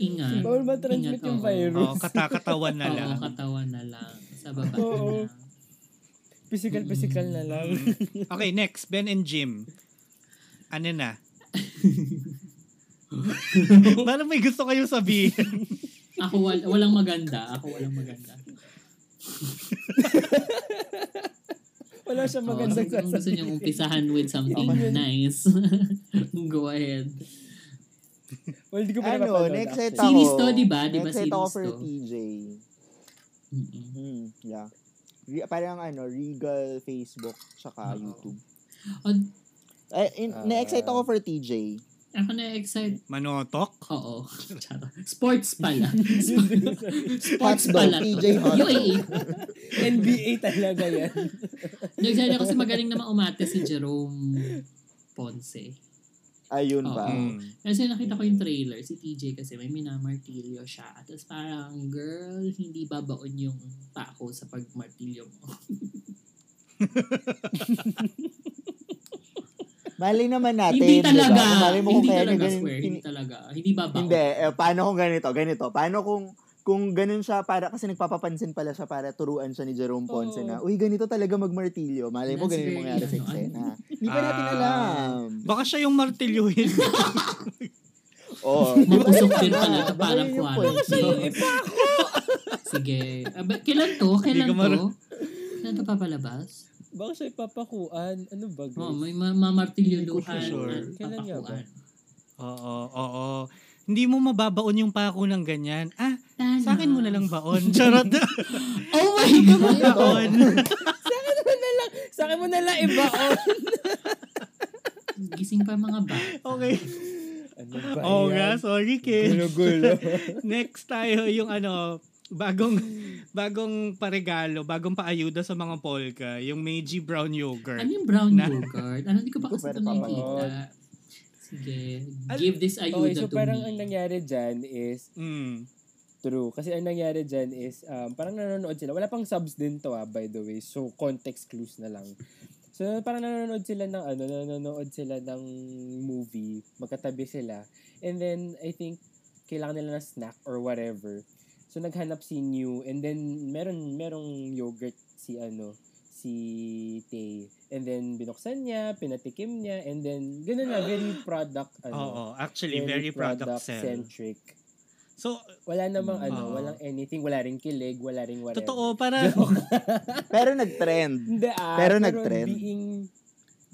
Speaker 2: Ingat.
Speaker 4: Bawal matransmit
Speaker 2: Ingat,
Speaker 4: yung
Speaker 2: oo.
Speaker 4: virus.
Speaker 5: Oh, katakatawan na
Speaker 2: Oo,
Speaker 5: lang.
Speaker 2: katawan na lang. Sa baba
Speaker 4: Oo.
Speaker 2: na lang.
Speaker 4: Physical, physical na lang.
Speaker 2: Mm.
Speaker 5: Okay, next. Ben and Jim. Ano na? Parang may gusto kayong sabihin.
Speaker 2: Ako wal- walang maganda. Ako walang maganda.
Speaker 4: Wala siya
Speaker 2: Oo,
Speaker 4: magandang
Speaker 2: kung gusto niyang
Speaker 4: sasabihin.
Speaker 2: umpisahan with something
Speaker 4: Yun yun.
Speaker 2: nice. Go ahead.
Speaker 4: Well, di ko pa
Speaker 3: Ano,
Speaker 4: napapanood,
Speaker 3: next set
Speaker 4: actually.
Speaker 3: ako.
Speaker 2: Series to, di ba? Di ba
Speaker 3: Next set ako
Speaker 2: series
Speaker 3: for
Speaker 2: to?
Speaker 3: TJ.
Speaker 2: Mm-mm.
Speaker 3: Hmm, yeah. Re- parang ano, Regal, Facebook, tsaka
Speaker 2: Oo.
Speaker 3: YouTube.
Speaker 2: Oh,
Speaker 3: Eh, in,
Speaker 4: Ah.
Speaker 3: na-excite ako for TJ.
Speaker 2: ako na-excite.
Speaker 5: Manotok?
Speaker 2: Oo. Charot. Sports pala.
Speaker 4: Yun din sa-
Speaker 2: Sports
Speaker 3: Hotdog,
Speaker 2: pala.
Speaker 3: TJ hotdog.
Speaker 2: UAE.
Speaker 4: NBA talaga yan.
Speaker 2: Nagsabi ako kasi magaling naman umate si Jerome Ponce.
Speaker 3: Ayun
Speaker 2: Oo.
Speaker 3: ba?
Speaker 5: Mm.
Speaker 2: Kasi nakita ko yung trailer, si TJ kasi may minamartilyo siya. Tapos parang, girl, hindi babaon yung pako sa pagmartilyo mo.
Speaker 3: Mali naman natin.
Speaker 2: hindi talaga.
Speaker 3: Diba? Mali mo
Speaker 2: Hindi
Speaker 3: kung kaya niya
Speaker 2: talaga,
Speaker 3: ganun-
Speaker 2: swear. Hindi
Speaker 3: hin-
Speaker 2: talaga. Hindi babaon.
Speaker 3: Hindi, eh, paano kung ganito? Ganito. Paano kung kung ganun siya para kasi nagpapapansin pala siya para turuan siya ni Jerome Ponce
Speaker 2: Oo.
Speaker 3: na uy ganito talaga magmartilyo malay mo
Speaker 2: That's
Speaker 3: ganun yung
Speaker 2: very
Speaker 3: mangyari sa
Speaker 2: ano,
Speaker 3: eksena hindi pa natin
Speaker 5: Ah.
Speaker 3: alam
Speaker 5: Baka siya yung martilyuhin.
Speaker 3: oh
Speaker 2: Mapusok din pala ito
Speaker 3: Baka
Speaker 2: parang ano.
Speaker 3: yun yung
Speaker 2: kwarto.
Speaker 3: point.
Speaker 2: Sige. Aba, kailan to? Kailan
Speaker 5: Hindi ka
Speaker 2: to?
Speaker 5: mar-
Speaker 2: Kailan to papalabas?
Speaker 4: Baka siya ipapakuan. Ano ba? guys?
Speaker 2: Oo, may ma- mamartilyuluhan.
Speaker 5: Hindi ko sure.
Speaker 2: at
Speaker 4: Kailan nga ba?
Speaker 2: papakuan.
Speaker 5: oo, oo. Hindi mo mababaon yung pako ng ganyan. Ah, sa akin mo na lang baon. Charot.
Speaker 2: Oh my God!
Speaker 5: baon.
Speaker 4: Sa akin mo na lang iba. Oh.
Speaker 2: Gising pa mga bata.
Speaker 5: okay.
Speaker 4: ano ba
Speaker 5: Oo
Speaker 4: yan?
Speaker 5: nga, sorry kid.
Speaker 4: Gulo-gulo.
Speaker 5: Next tayo yung ano, bagong bagong paregalo, bagong paayuda sa mga polka, yung Meiji Brown
Speaker 2: Ano
Speaker 5: Yogurt.
Speaker 2: yung brown
Speaker 5: Na-
Speaker 2: yogurt? Ano, hindi ko pa kasi
Speaker 3: Hindi ko pa
Speaker 2: ito
Speaker 3: napapanood.
Speaker 2: nakikita. Sige.
Speaker 5: Al-
Speaker 2: Give this
Speaker 4: okay,
Speaker 2: ayuda
Speaker 4: so
Speaker 2: to
Speaker 4: parang ang
Speaker 2: me.
Speaker 4: nangyari dyan is
Speaker 5: Mm.
Speaker 4: true. Kasi ang nangyari dyan is um, parang nanonood sila. Wala pang subs din to ah, by the way. So context clues na lang. So parang nanonood sila ng ano, nanonood sila ng movie. Magkatabi sila. And then I think kailangan nila ng snack or whatever. So naghanap si New and then meron merong yogurt si ano si Tay. And then binuksan niya, pinatikim niya and then ganun na very product ano.
Speaker 5: Oo, actually very product sell.
Speaker 4: centric.
Speaker 5: So,
Speaker 4: Wala namang
Speaker 5: Oo.
Speaker 4: ano, walang anything, wala ring kilig, wala ring whatever.
Speaker 5: totoo para
Speaker 3: pero nag-trend
Speaker 4: Hindi ah,
Speaker 3: Pero nag-trend.
Speaker 4: Being,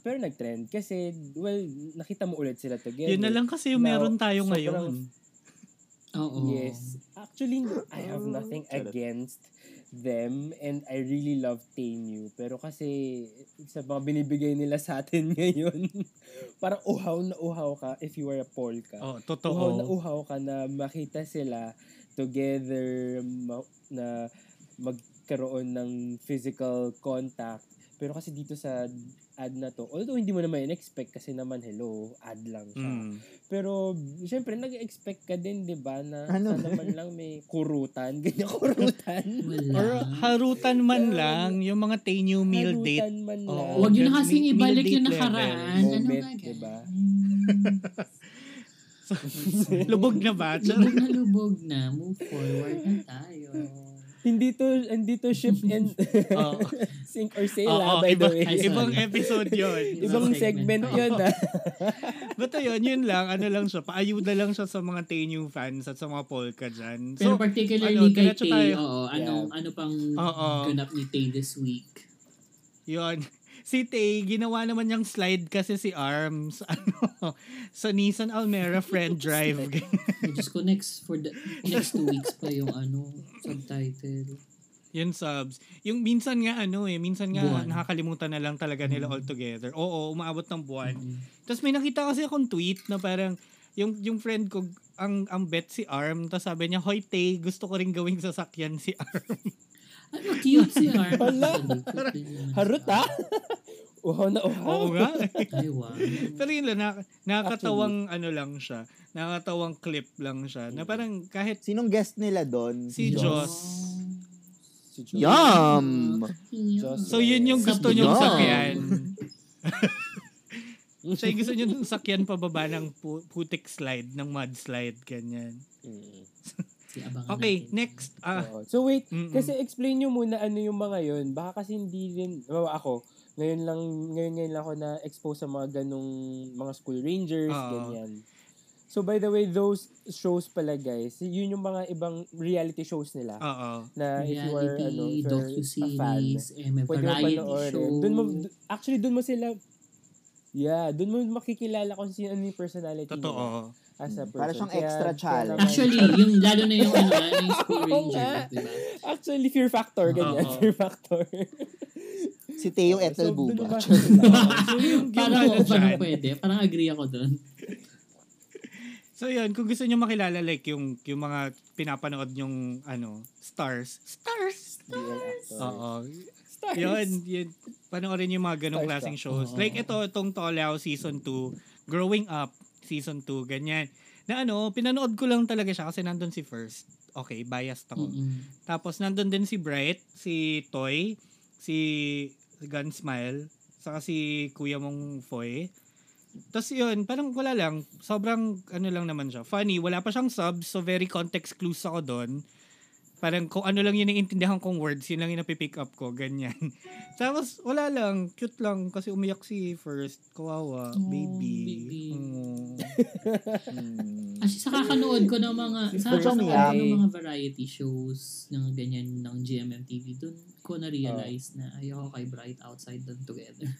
Speaker 4: pero nag-trend kasi, well, nakita mo ulit sila together.
Speaker 5: yun na lang kasi yung
Speaker 4: Now,
Speaker 5: meron tayo
Speaker 4: sobrang-
Speaker 5: ngayon.
Speaker 2: Oo.
Speaker 4: Yes.
Speaker 5: Oh.
Speaker 4: Actually, I have nothing
Speaker 3: Charot.
Speaker 4: against them and I really love Tainu. Pero kasi sa mga binibigay nila sa atin ngayon, parang uhaw na uhaw ka if you are a polka.
Speaker 5: Oh,
Speaker 4: uhaw na
Speaker 5: totoo.
Speaker 4: uhaw ka na makita sila together ma- na magkaroon ng physical contact. Pero kasi dito sa ad na to, although hindi mo naman in-expect kasi naman hello, ad lang siya.
Speaker 5: Mm.
Speaker 4: Pero syempre nag-expect ka din 'di ba na
Speaker 3: Ano?
Speaker 4: ano naman lang may kurutan, ganyan kurutan.
Speaker 2: Wala.
Speaker 5: Or harutan man
Speaker 4: Pero-
Speaker 5: lang yung mga Tay New Meal date.
Speaker 4: Harutan man
Speaker 5: Oo.
Speaker 4: lang.
Speaker 2: Huwag yun
Speaker 5: Ganun,
Speaker 2: na kasing
Speaker 5: may-
Speaker 2: ibalik
Speaker 5: minadate
Speaker 2: yung
Speaker 5: level.
Speaker 2: nakaraan. Ano
Speaker 4: Moment,
Speaker 2: ba, guys?
Speaker 4: diba?
Speaker 5: Lubog na ba?
Speaker 2: Lubog na lubog na. Move forward na tayo.
Speaker 4: Hindi to hindi to ship and
Speaker 5: Oo.
Speaker 4: sink or sail
Speaker 5: Oo,
Speaker 4: ah, by
Speaker 5: iba-
Speaker 4: the way.
Speaker 2: Ay,
Speaker 5: ibang episode yun.
Speaker 4: Ibang
Speaker 2: Ibang
Speaker 4: segment
Speaker 2: segment.
Speaker 4: yun ah.
Speaker 5: Basta yun, yun lang, ano lang siya, paayuda lang siya sa mga Tainu fans at sa mga polka dyan. So,
Speaker 2: Pero particularly
Speaker 5: ano,
Speaker 2: kay
Speaker 5: diretso
Speaker 2: Tay,
Speaker 5: tayo.
Speaker 2: oo, anong, ano pang
Speaker 5: Oo.
Speaker 2: ganap ni Tay this week?
Speaker 5: yun. Si Tay, ginawa naman niyang slide kasi si Arms, ano, sa Nissan Almera friend drive.
Speaker 2: Ay, Oh, Diyos ko, next, for the, next two weeks pa yung ano, subtitle.
Speaker 5: yun subs. Yung minsan nga ano eh, minsan nga
Speaker 2: Buwan.
Speaker 5: nakakalimutan na lang talaga nila altogether. Oo, umaabot ng buwan.
Speaker 2: Mm.
Speaker 5: Tapos may nakita kasi akong tweet na parang yung yung friend ko ang ang bet si Arm, tapos sabi niya, "Hoy Tay, gusto ko rin gawing sasakyan si Arm."
Speaker 2: Ano, cute si Arm.
Speaker 4: Hala. Harot
Speaker 2: ha?
Speaker 4: ah. uhaw na uhaw.
Speaker 5: Oo nga.
Speaker 2: Ay, wow.
Speaker 5: Pero yun lang, nak- nakakatawang ano lang siya. Nakakatawang clip lang siya. Na parang kahit
Speaker 3: sinong guest nila doon
Speaker 5: si Joss.
Speaker 4: Si Joss.
Speaker 3: yum
Speaker 4: Joss.
Speaker 5: So yun yung gusto niyong
Speaker 3: Yun.
Speaker 5: sakyan. Siya yung gusto niyong sakyan pababa ng pu- putik slide, ng mudslide, ganyan.
Speaker 4: Mm.
Speaker 2: Si Abangan
Speaker 5: Okay,
Speaker 2: natin.
Speaker 5: next. Ah,
Speaker 4: Oo. So wait,
Speaker 5: Mm-mm.
Speaker 4: kasi explain nyo muna ano yung mga yun. Baka kasi hindi rin, well, ako, ngayon lang, ngayon, ngayon lang ako na-expose sa mga ganong mga school rangers,
Speaker 5: Oo.
Speaker 4: ganyan. So by the way, those shows pala guys, yun yung mga ibang reality shows nila.
Speaker 5: oo.
Speaker 4: na if you are, ano,
Speaker 2: Reality,
Speaker 4: if you're a fan,
Speaker 2: docu-series, eh, may
Speaker 4: pwede mo
Speaker 2: variety
Speaker 4: panoorin.
Speaker 2: show.
Speaker 4: Dun mo, d- actually, dun mo sila, yeah, dun mo makikilala kung sino ano yung personality nila
Speaker 5: Totoo.
Speaker 4: as a person.
Speaker 3: Para siyang
Speaker 4: Kaya-
Speaker 3: extra
Speaker 4: kaya
Speaker 3: challenge.
Speaker 4: naman-
Speaker 2: Actually, yung lalo na yung ano, lalo na yung School
Speaker 4: Oo nga.
Speaker 2: Ranger, di ba?
Speaker 4: Actually, fear factor, ganyan.
Speaker 5: Oo.
Speaker 4: Fear factor.
Speaker 3: si Teo Etel
Speaker 4: So, dun
Speaker 3: Buba
Speaker 4: naman sila.
Speaker 5: So yung, yung
Speaker 2: Parang
Speaker 5: ano
Speaker 2: oo, parang
Speaker 5: dyan,
Speaker 2: pwede. Parang agree ako dun.
Speaker 5: So yun, kung gusto niyo makilala like yung yung mga pinapanood yung ano, stars. Stars.
Speaker 4: BL actor.
Speaker 5: Oo.
Speaker 4: Stars.
Speaker 5: Yun, yun. Panoorin yung mga ganong
Speaker 4: Stars
Speaker 5: klaseng
Speaker 4: ka.
Speaker 5: shows.
Speaker 2: Oo.
Speaker 5: Like ito, itong Tolao Season 2, Growing Up Season 2, ganyan. Na ano, pinanood ko lang talaga siya kasi nandun si First. Okay, biased ako.
Speaker 2: Mm-mm.
Speaker 5: Tapos nandun din si Bright, si Toy, si Gunsmile, saka si Kuya mong Foy. Tapos yun, parang wala lang. Sobrang ano lang naman siya. Funny, wala pa siyang subs, so very context clues ako doon. Parang kung ano lang yun ang intindihan kong words, yun lang yung napipick up ko, ganyan. Tapos, wala lang, cute lang, kasi umiyak si First, kawawa,
Speaker 2: Oh,
Speaker 5: baby.
Speaker 2: baby.
Speaker 5: Oh. Mm.
Speaker 2: Actually, sa kakanood ko ng mga,
Speaker 4: Si
Speaker 2: sa
Speaker 4: Sobrang
Speaker 2: kakanood ko
Speaker 4: yummy.
Speaker 2: ng mga variety shows ng ganyan ng GMMTV, doon ko na-realize
Speaker 4: Oh.
Speaker 2: na ayoko kay Bright outside doon together.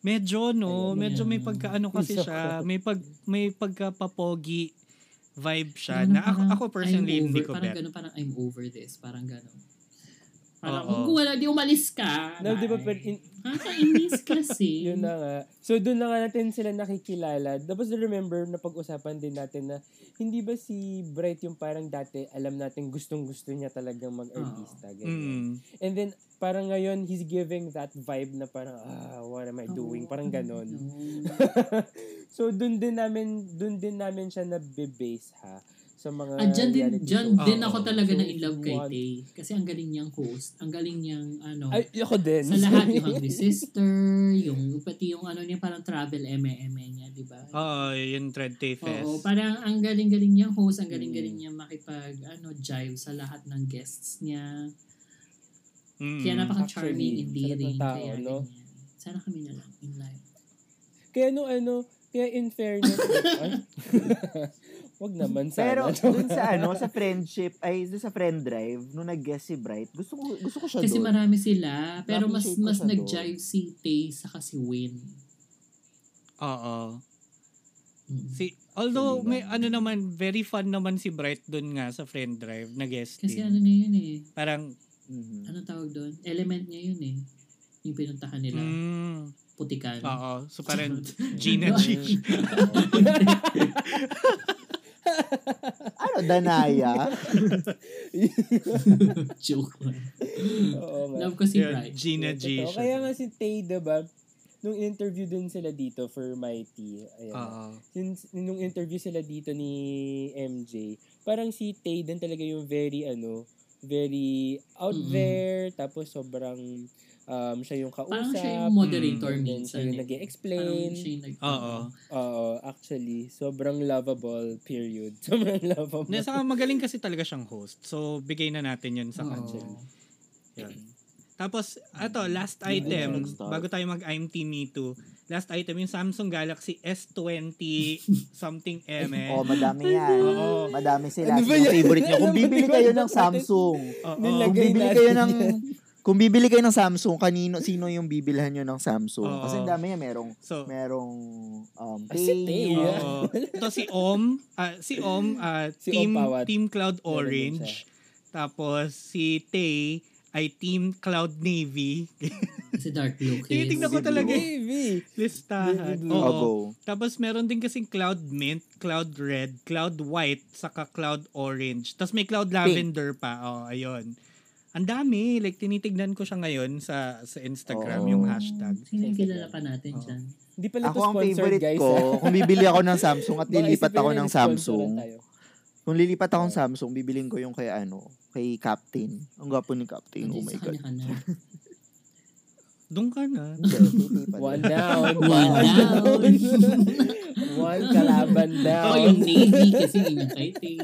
Speaker 5: Medyo no,
Speaker 2: Ayun,
Speaker 5: medyo may
Speaker 2: yan.
Speaker 5: pagkaano kasi
Speaker 4: Isa
Speaker 5: siya,
Speaker 4: ko.
Speaker 5: may pag may pagkapapogi vibe siya
Speaker 2: Parang
Speaker 5: na ako,
Speaker 2: parang
Speaker 5: ako personally
Speaker 2: Ano I'm
Speaker 5: hindi
Speaker 2: over-
Speaker 5: ko
Speaker 2: Parang
Speaker 5: bet.
Speaker 2: gano'n, parang I'm over this. Parang gano'n. Parang,
Speaker 5: Oo.
Speaker 2: kung wala, di umalis ka.
Speaker 4: No, di ba,
Speaker 2: Bye.
Speaker 4: pero in-
Speaker 2: Nakakainis kasi.
Speaker 4: Yun na nga. So, doon na nga natin sila nakikilala. Tapos remember, napag-usapan din natin na hindi ba si Bright yung parang dati, alam natin gustong-gusto niya talagang mag-artista. ganyan.
Speaker 5: Mm.
Speaker 4: And then, parang ngayon, he's giving that vibe na parang, ah, what am I
Speaker 2: Oo.
Speaker 4: doing? Parang ganon.
Speaker 2: No.
Speaker 4: so, doon din namin, doon din namin siya nabe-base ha. Sa mga
Speaker 2: Ah, dyan din,
Speaker 4: reality
Speaker 2: dyan
Speaker 4: shows.
Speaker 5: show.
Speaker 2: din
Speaker 5: Oo.
Speaker 2: ako talaga
Speaker 4: So,
Speaker 2: na in love kay
Speaker 4: one-
Speaker 2: Tay. Kasi ang galing niyang host. Ang galing niyang, ano,
Speaker 4: Ay, ako din.
Speaker 2: sa lahat, yung Hungry Sister, yung, pati yung ano niya, parang travel eme-eme niya, di ba?
Speaker 5: Oo, yung Thread Tay Fest.
Speaker 2: Oo, parang ang galing-galing niyang host, ang galing-galing
Speaker 4: Mm.
Speaker 2: niya makipag, ano, jive sa lahat ng guests niya.
Speaker 5: Mm.
Speaker 2: Kaya
Speaker 4: Hmm, Actually,
Speaker 2: napaka-charming, endearing,
Speaker 4: talagang tao,
Speaker 2: kaya
Speaker 4: no?
Speaker 2: ganyan. Sana kami na lang in life.
Speaker 4: Kaya no, ano, kaya in fairness, Ay. wag naman
Speaker 3: Pero
Speaker 4: sana.
Speaker 3: dun sa ano, sa friendship, ay dun sa friend drive, nung nag-guest si Bright, gusto ko, gusto ko siya
Speaker 2: Kasi
Speaker 3: dun.
Speaker 2: marami sila, pero mas
Speaker 3: Appreciate ko
Speaker 2: mas
Speaker 3: siya doon.
Speaker 2: nag-jive si Tay sa kasi Win.
Speaker 5: Oo.
Speaker 4: Hmm.
Speaker 2: Mm.
Speaker 5: Si although
Speaker 3: Galing
Speaker 5: may
Speaker 3: naman.
Speaker 5: ano naman very fun naman si Bright doon nga sa friend drive na guest
Speaker 2: Kasi
Speaker 5: din.
Speaker 2: ano niya yun eh,
Speaker 5: Parang
Speaker 3: Mhm.
Speaker 2: ano tawag doon? Element niya yun eh. Yung pinuntahan nila,
Speaker 5: mm,
Speaker 2: putikan.
Speaker 5: oo, so parang Gina
Speaker 2: Gina
Speaker 5: G.
Speaker 3: Ano, Danaya?
Speaker 2: Joke lang.
Speaker 4: Oo nga.
Speaker 2: Love ko si
Speaker 5: Yun,
Speaker 2: Bright.
Speaker 5: Gina G.
Speaker 4: Totoo.
Speaker 5: siya
Speaker 4: Kaya
Speaker 5: dun.
Speaker 4: nga si Tay, diba, nung interview din sila dito for Mighty, ayan,
Speaker 5: Oo.
Speaker 4: since nung interview sila dito ni MJ, parang si Tay din talaga yung very, ano, very out
Speaker 2: Mm-mm.
Speaker 4: there, tapos sobrang, um, siya yung kausap.
Speaker 2: Parang siya yung moderator
Speaker 4: and Mm, then siya
Speaker 2: minsan.
Speaker 4: yung
Speaker 2: eh.
Speaker 4: nag-explain.
Speaker 2: Parang siya yung nag-
Speaker 5: Oo.
Speaker 4: Oo, actually, sobrang lovable, period. Sobrang lovable.
Speaker 5: Na, saka magaling kasi talaga siyang host. So, bigay na natin yun sa
Speaker 2: Oo.
Speaker 5: kanya. Yun. Tapos, ato,
Speaker 4: Mm-hmm.
Speaker 5: last
Speaker 3: Hindi
Speaker 5: item,
Speaker 3: na nag-start.
Speaker 5: bago tayo mag-IMT Me Too, last item yung Samsung Galaxy S20 something M eh.
Speaker 3: oh, madami yan.
Speaker 5: Oo.
Speaker 3: Madami sila.
Speaker 4: Ano ba
Speaker 3: Sino
Speaker 4: yan?
Speaker 3: favorite niyo? Kung
Speaker 4: Alam mo,
Speaker 3: bibili
Speaker 4: di ba,
Speaker 3: kayo
Speaker 4: dapat
Speaker 3: ng
Speaker 4: natin-
Speaker 3: Samsung,
Speaker 5: Oo.
Speaker 3: kung
Speaker 4: Nilagay
Speaker 3: bibili
Speaker 4: natin
Speaker 3: kayo ng
Speaker 4: yan.
Speaker 3: kung bibili kayo ng Samsung, kanino sino yung bibilhan niyo ng Samsung?
Speaker 5: Oo.
Speaker 3: Kasi ang dami yan, merong
Speaker 5: So,
Speaker 3: merong um
Speaker 4: Ah, si Tay,
Speaker 3: Tay,
Speaker 4: ah.
Speaker 5: oo. Ito si Om, ah, si Om, ah,
Speaker 4: Si
Speaker 5: team,
Speaker 4: Om Pawat.
Speaker 5: team Cloud
Speaker 4: Meron din
Speaker 5: Orange. Tapos, si Tay ay Team Cloud Navy.
Speaker 2: Si Dark Blue Kiss.
Speaker 5: Tinitignan ko talaga yung
Speaker 4: Baby!
Speaker 5: listahan.
Speaker 4: Navy blue.
Speaker 5: Oo.
Speaker 3: Ago.
Speaker 5: Tapos meron din kasing cloud mint, cloud red, cloud white, saka cloud orange. Tapos may cloud lavender pa. Oh, ayun. Ang dami. Like, tinitignan ko siya ngayon sa sa Instagram,
Speaker 3: Oo.
Speaker 5: yung hashtag.
Speaker 2: Sino yung kilala pa
Speaker 5: Oo.
Speaker 2: natin dyan?
Speaker 4: Hindi pala
Speaker 3: Ako
Speaker 4: to
Speaker 3: ang
Speaker 4: sponsored,
Speaker 3: favorite
Speaker 4: guys. ah.
Speaker 3: ko, kung bibili ako ng Samsung at
Speaker 4: Baka
Speaker 3: lilipat
Speaker 4: isipin
Speaker 3: ako
Speaker 4: na
Speaker 3: ng
Speaker 4: sponsoran
Speaker 3: Samsung,
Speaker 4: tayo.
Speaker 3: Kung lilipat akong Samsung, bibiling ko yung kay ano, kay Captain. Ang gwapo ni Captain. Oh
Speaker 2: Nandun
Speaker 3: my
Speaker 2: sa
Speaker 3: God.
Speaker 2: kanya ka na.
Speaker 5: Doon ka na.
Speaker 3: Hindi, lilipat
Speaker 4: One
Speaker 3: yun.
Speaker 4: down.
Speaker 2: One down.
Speaker 4: One kalaban
Speaker 2: Oo,
Speaker 4: down.
Speaker 2: Oh, yung Navy kasi yun yung kay Tay.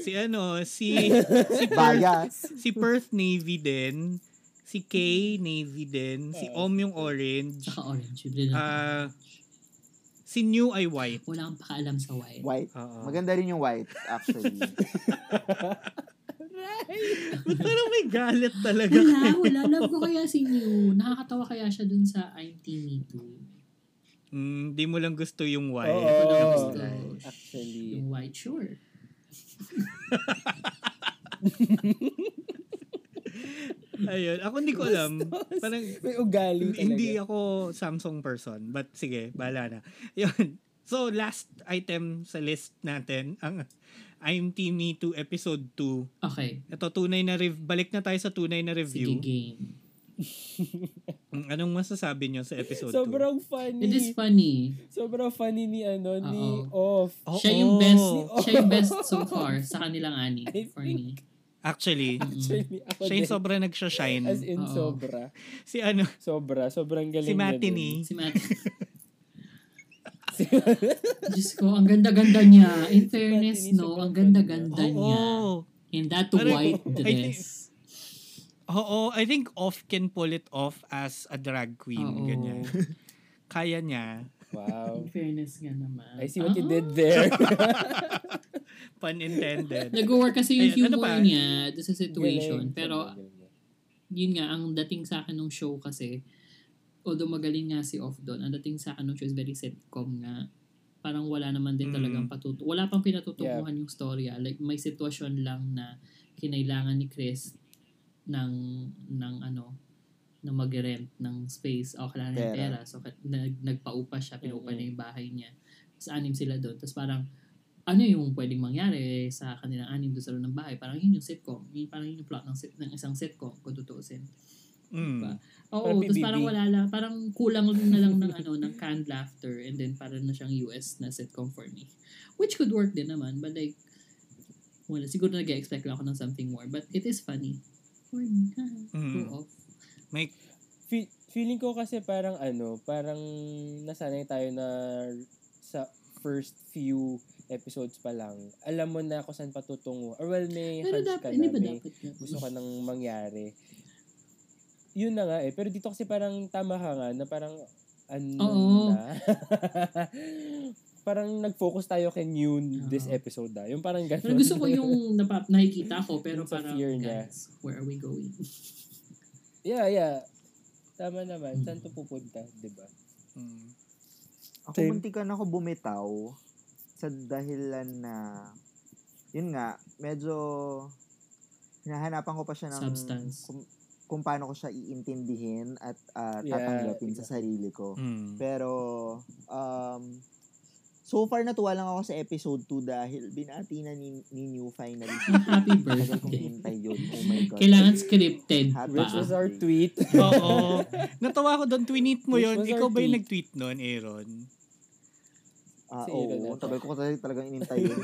Speaker 5: Si ano, si, si Perth,
Speaker 3: Bias.
Speaker 5: si Perth Navy din. Si Kay Navy din. Si Om yung orange.
Speaker 2: Tsaka orange. Yung blue na-
Speaker 5: Ah, si New ay white.
Speaker 2: Wala akong pakaalam sa white.
Speaker 3: White.
Speaker 5: Oo.
Speaker 3: Maganda rin yung white, actually.
Speaker 5: Ba't parang may galit talaga?
Speaker 2: Wala, wala. Love ko kaya si New. Nakakatawa kaya siya dun sa I'm Teeny 2.
Speaker 5: Mm, di mo lang gusto yung
Speaker 4: Oo.
Speaker 5: white.
Speaker 4: Oh,
Speaker 2: gusto.
Speaker 4: Actually.
Speaker 2: Yung white, sure. Mm.
Speaker 5: Ayun. Ako hindi ko alam. Parang
Speaker 4: May ugali talaga.
Speaker 5: Hindi ako Samsung person, but sige, bahala na. Yun. So, last item sa list natin, ang I'm Team Me 2 Episode 2.
Speaker 2: Okay.
Speaker 5: Ito, tunay na rev- balik na tayo sa tunay na
Speaker 2: Sige,
Speaker 5: review.
Speaker 2: game.
Speaker 5: Mm, Anong masasabi nyo sa episode 2?
Speaker 4: Sobrang
Speaker 2: It is
Speaker 4: funny.
Speaker 2: funny.
Speaker 4: Sobrang funny ni ano, ni Off.
Speaker 2: Siya yung best, siya yung best so far sa kanilang ani.
Speaker 4: oh. I
Speaker 2: For me.
Speaker 5: Actually,
Speaker 4: Actually, ako
Speaker 5: siya yung
Speaker 4: din.
Speaker 5: sobrang nagsha-shine.
Speaker 4: As in,
Speaker 2: Oo.
Speaker 4: sobra.
Speaker 5: Si ano,
Speaker 4: Sobra. Sobrang galing
Speaker 5: si
Speaker 4: niya dun.
Speaker 5: Matini.
Speaker 2: Si Matt. Diyos ko, ang ganda-ganda niya. In fairness,
Speaker 4: Pati ni
Speaker 2: no? Ang
Speaker 4: Superman.
Speaker 2: ganda-ganda
Speaker 4: Oh.
Speaker 2: niya.
Speaker 5: Oo.
Speaker 2: In that
Speaker 5: Aray ko,
Speaker 2: white
Speaker 5: I think-
Speaker 2: dress.
Speaker 5: Oo, I think off can pull it off as a drag queen.
Speaker 2: Oo.
Speaker 5: Ganyan. Kaya niya.
Speaker 4: Wow.
Speaker 2: In fairness nga naman.
Speaker 4: I see what you
Speaker 2: Ah.
Speaker 4: did there.
Speaker 5: Pun intended.
Speaker 2: Nag-work kasi yung
Speaker 5: Ayan, ano
Speaker 2: humor
Speaker 5: ba?
Speaker 2: niya doon sa situation.
Speaker 4: Galing.
Speaker 2: Pero yun nga, ang dating sa akin ng show kasi, although magaling nga si Off doon, ang dating sa akin ng show is very sitcom nga. Parang wala naman din
Speaker 5: Mm.
Speaker 2: talagang patuto. Wala pang pinatutukuhan yung story. ah. Like, may sitwasyon lang na kinailangan ni Chris ng, ng ano, na mag-rent ng space. O, kailangan ng
Speaker 3: Pera.
Speaker 2: pera. So, ka- nag, nagpaupa siya. Pinupa
Speaker 4: Mm-mm.
Speaker 2: niya yung bahay niya. Tapos, anim sila doon. Tapos, parang, ano yung pwedeng mangyari sa kanilang anim doon sa loob ng bahay. Parang yun yung sitcom. Yun, parang yun yung plot ng, sit- ng isang sitcom, kung tutuusin.
Speaker 5: Mm.
Speaker 2: Oo,
Speaker 4: Parang
Speaker 2: tapos
Speaker 4: PBB.
Speaker 2: parang wala lang, parang kulang na lang ng ano, ng canned laughter and then parang na siyang US na sitcom for me. Which could work din naman, but like, wala, siguro nag-expect lang ako ng something more, but it is funny. For me, ha?
Speaker 4: Hmm.
Speaker 5: Mm.
Speaker 2: Go off.
Speaker 5: May,
Speaker 4: Fe- feeling ko kasi parang ano, parang nasanay tayo na sa first few episodes pa lang, alam mo na kung saan patutungo. Or well, may
Speaker 2: Pero
Speaker 4: hunch
Speaker 2: dapat,
Speaker 4: ka
Speaker 2: hindi
Speaker 4: na,
Speaker 2: ba
Speaker 4: may
Speaker 2: dapat? ganun?
Speaker 4: gusto ka nang mangyari. Yun na nga eh. Pero dito kasi parang tama ka nga na parang ano
Speaker 2: Oo.
Speaker 4: na. parang nag-focus tayo kay new this
Speaker 2: Oo.
Speaker 4: episode ah. Yung parang ganun.
Speaker 2: Pero gusto ko yung napa, nakikita ko, pero
Speaker 4: Yung sa
Speaker 2: parang,
Speaker 4: fear niya.
Speaker 2: guys, where are we going?
Speaker 4: yeah, yeah. Tama naman. Saan to pupunta? Diba?
Speaker 5: mm.
Speaker 3: Ako
Speaker 4: Same.
Speaker 3: muntikan ako bumitaw sa dahilan na yun nga, medyo hinahanapan ko pa siya ng
Speaker 2: Substance.
Speaker 3: Kung, kung paano ko siya iintindihin at ah,
Speaker 4: Yeah,
Speaker 3: tatanggapin sa
Speaker 4: exactly. Hmm.
Speaker 3: sarili ko.
Speaker 5: Mm.
Speaker 3: Pero um so far natuwa lang ako sa episode 2 dahil binati na ni, ni New finally.
Speaker 2: Happy
Speaker 3: Tagal kong
Speaker 2: birthday.
Speaker 3: hintay yun. Oh my God.
Speaker 2: Kailangan scripted pa.
Speaker 3: Happy
Speaker 4: Which was our
Speaker 3: Birthday.
Speaker 4: tweet.
Speaker 5: Oo. Natawa ko doon, tweet mo
Speaker 4: Which
Speaker 5: yon.
Speaker 4: was our
Speaker 5: Ikaw ba yung
Speaker 4: tweet?
Speaker 5: nag-tweet noon, Aaron?
Speaker 3: Ah,
Speaker 4: Si Aaron
Speaker 3: oo,
Speaker 4: ata.
Speaker 3: tagal ko talaga, talagang inintay yun.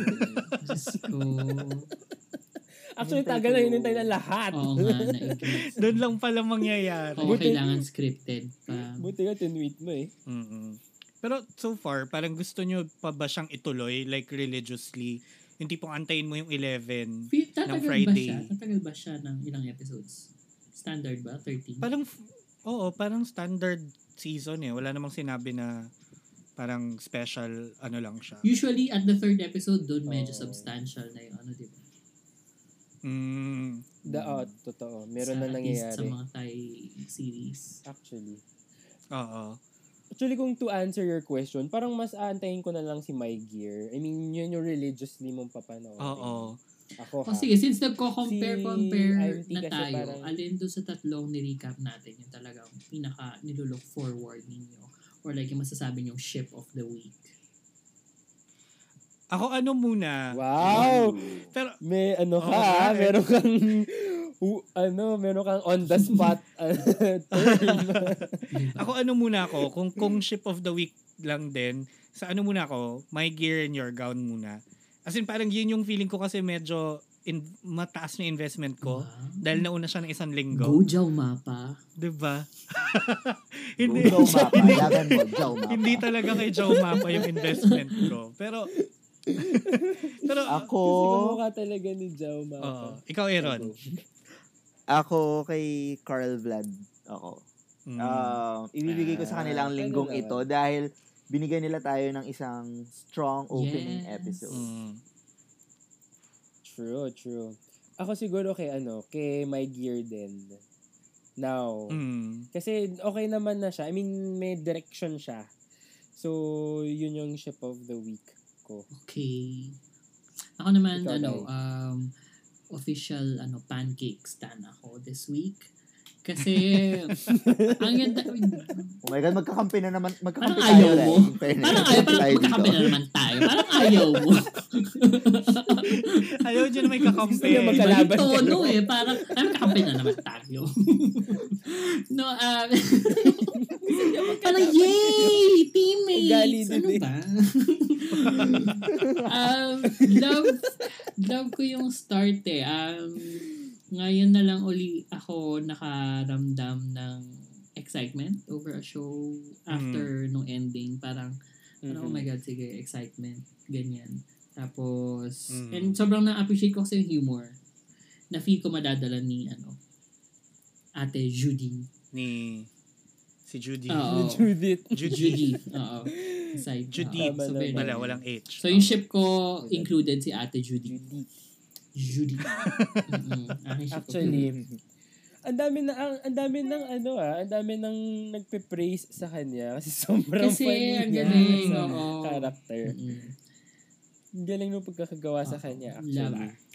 Speaker 2: Diyos ko.
Speaker 4: Actually,
Speaker 3: Hinintay
Speaker 4: tagal na
Speaker 3: ko.
Speaker 4: hinintay na lahat.
Speaker 2: Oo nga, na-increase.
Speaker 5: Doon lang pala mangyayari.
Speaker 2: Oo,
Speaker 4: Buti-
Speaker 2: kailangan scripted pa.
Speaker 4: Buti nga tinweet mo eh.
Speaker 5: Mm-mm. Pero so far, parang gusto nyo pa ba siyang ituloy, like religiously? Yung tipong antayin mo yung 11.
Speaker 2: Fi- Tatagal
Speaker 5: Ng
Speaker 2: ba
Speaker 5: Friday.
Speaker 2: siya? Tatagal ba siya ng ilang episodes? Standard ba? 13?
Speaker 5: Parang, f- oo, parang standard season eh. Wala namang sinabi na parang special ano lang siya.
Speaker 2: Usually, at the third episode, doon medyo
Speaker 4: Oo.
Speaker 2: substantial na yung ano, di ba?
Speaker 5: Mm.
Speaker 4: Da, oh, totoo. Meron
Speaker 2: Sa-
Speaker 4: na
Speaker 2: at least Sa
Speaker 4: nangyayari.
Speaker 2: mga Thai series.
Speaker 4: Actually.
Speaker 5: Oo.
Speaker 4: Actually, kung to answer your question, parang mas aantayin ko na lang si My Gear. I mean, yun yung religiously mong papanood.
Speaker 5: Oo.
Speaker 4: Ako
Speaker 2: O
Speaker 4: ha.
Speaker 2: Oh, sige, since nagko-compare,
Speaker 4: Si
Speaker 2: compare
Speaker 4: IMT
Speaker 2: na
Speaker 4: kasi
Speaker 2: tayo,
Speaker 4: parang-
Speaker 2: alin doon sa tatlong ni-recap natin yung talagang pinaka nilulook forward ninyo? Or like yung masasabi yung ship of the week?
Speaker 5: Ako ano muna.
Speaker 4: Wow!
Speaker 5: Pero
Speaker 4: May ano ka,
Speaker 5: Oo nga
Speaker 4: ha?
Speaker 5: eh.
Speaker 4: meron kang, u- ano, meron kang on the spot uh, term.
Speaker 2: Di ba?
Speaker 5: Ako ano muna ako, kung kung ship of the week lang din, sa ano muna ako, my gear and your gown muna. As in parang yun yung feeling ko kasi medyo in, mataas na investment ko
Speaker 2: Wow.
Speaker 5: dahil nauna siya ng isang linggo.
Speaker 2: Go Jaw Mapa.
Speaker 5: 'Di ba? hindi
Speaker 3: Hindi. Joe Mapa. Laban mo, Joe Mapa.
Speaker 5: hindi talaga kay Joe Mapa yung investment ko. Pero pero
Speaker 3: Ako,
Speaker 4: Kasi kumukha talaga ni Jao
Speaker 5: oo.
Speaker 4: Mapa.
Speaker 5: ikaw Aaron.
Speaker 3: ako kay Carl Vlad ako.
Speaker 5: Mm.
Speaker 2: Hmm.
Speaker 3: Um, ibibigay ko sa
Speaker 4: Ah,
Speaker 3: kanilang
Speaker 4: pwede
Speaker 3: linggong
Speaker 4: naman.
Speaker 3: ito dahil binigyan nila tayo ng isang strong opening
Speaker 2: Yes.
Speaker 3: episode.
Speaker 5: Mm.
Speaker 4: True, true. Ako siguro kay, ano, kay My Gear din. Now,
Speaker 5: Mm.
Speaker 4: Kasi okay naman na siya. I mean, may direction siya. So, yun yung ship of the week ko.
Speaker 2: Okay. Ako naman,
Speaker 4: Ikaw,
Speaker 2: ano, um, official ano pancake stand ako this week. Kasi, ang ganda,
Speaker 3: Oh my God, magkakampi na naman.
Speaker 2: Parang
Speaker 3: Magkakampi
Speaker 2: ayaw
Speaker 3: tayo,
Speaker 2: mo.
Speaker 3: eh. In fairness,
Speaker 2: parang ayaw,
Speaker 3: magkakampi
Speaker 2: parang
Speaker 3: tayo
Speaker 2: magkakampi
Speaker 3: dito.
Speaker 2: na naman tayo. Parang ayaw mo.
Speaker 5: Ayaw dyan na may kakampi.
Speaker 4: Gusto niya magka-
Speaker 2: Iba yung
Speaker 4: Kalaban ka,
Speaker 2: tono
Speaker 4: no?
Speaker 2: eh. Parang, ay, magkakampi na naman tayo. no, um, parang, yay!
Speaker 4: Ugali
Speaker 2: Teammates!
Speaker 4: din
Speaker 2: Ano
Speaker 4: eh.
Speaker 2: ba? um, love, love ko yung start eh. Um, ngayon na lang uli ako
Speaker 5: Mm-hmm.
Speaker 2: nakaramdam ng excitement over a show after nung ending. Parang,
Speaker 4: Mm-hmm.
Speaker 2: Parang, oh my God, sige, excitement. Ganyan. Tapos,
Speaker 5: Mm.
Speaker 2: and sobrang na-appreciate ko kasi yung humor. Na feel ko madadala ni, ano, ate Judy.
Speaker 5: Ni si Judy.
Speaker 4: Ah,
Speaker 2: Oo.
Speaker 4: Oh. Judith.
Speaker 5: Judy.
Speaker 2: Judy. Oo. Side.
Speaker 5: Judy.
Speaker 2: Oo, so, very-
Speaker 5: Wala, Oh walang H.
Speaker 2: So, yung ship ko included si ate Judy.
Speaker 4: Judith.
Speaker 2: Judy. Mm-mm. Aking ship ko.
Speaker 4: Actually, ang dami na ang, ang dami ng ano ah, ang dami ng nagpe-praise sa kanya kasi sobrang
Speaker 2: Kasi,
Speaker 4: funny
Speaker 2: ang
Speaker 4: niya
Speaker 2: galing,
Speaker 4: sa
Speaker 2: oo.
Speaker 4: character.
Speaker 2: Mm-mm.
Speaker 4: Ang galing ng pagkakagawa
Speaker 2: Ah,
Speaker 4: sa kanya
Speaker 2: Love
Speaker 4: actually.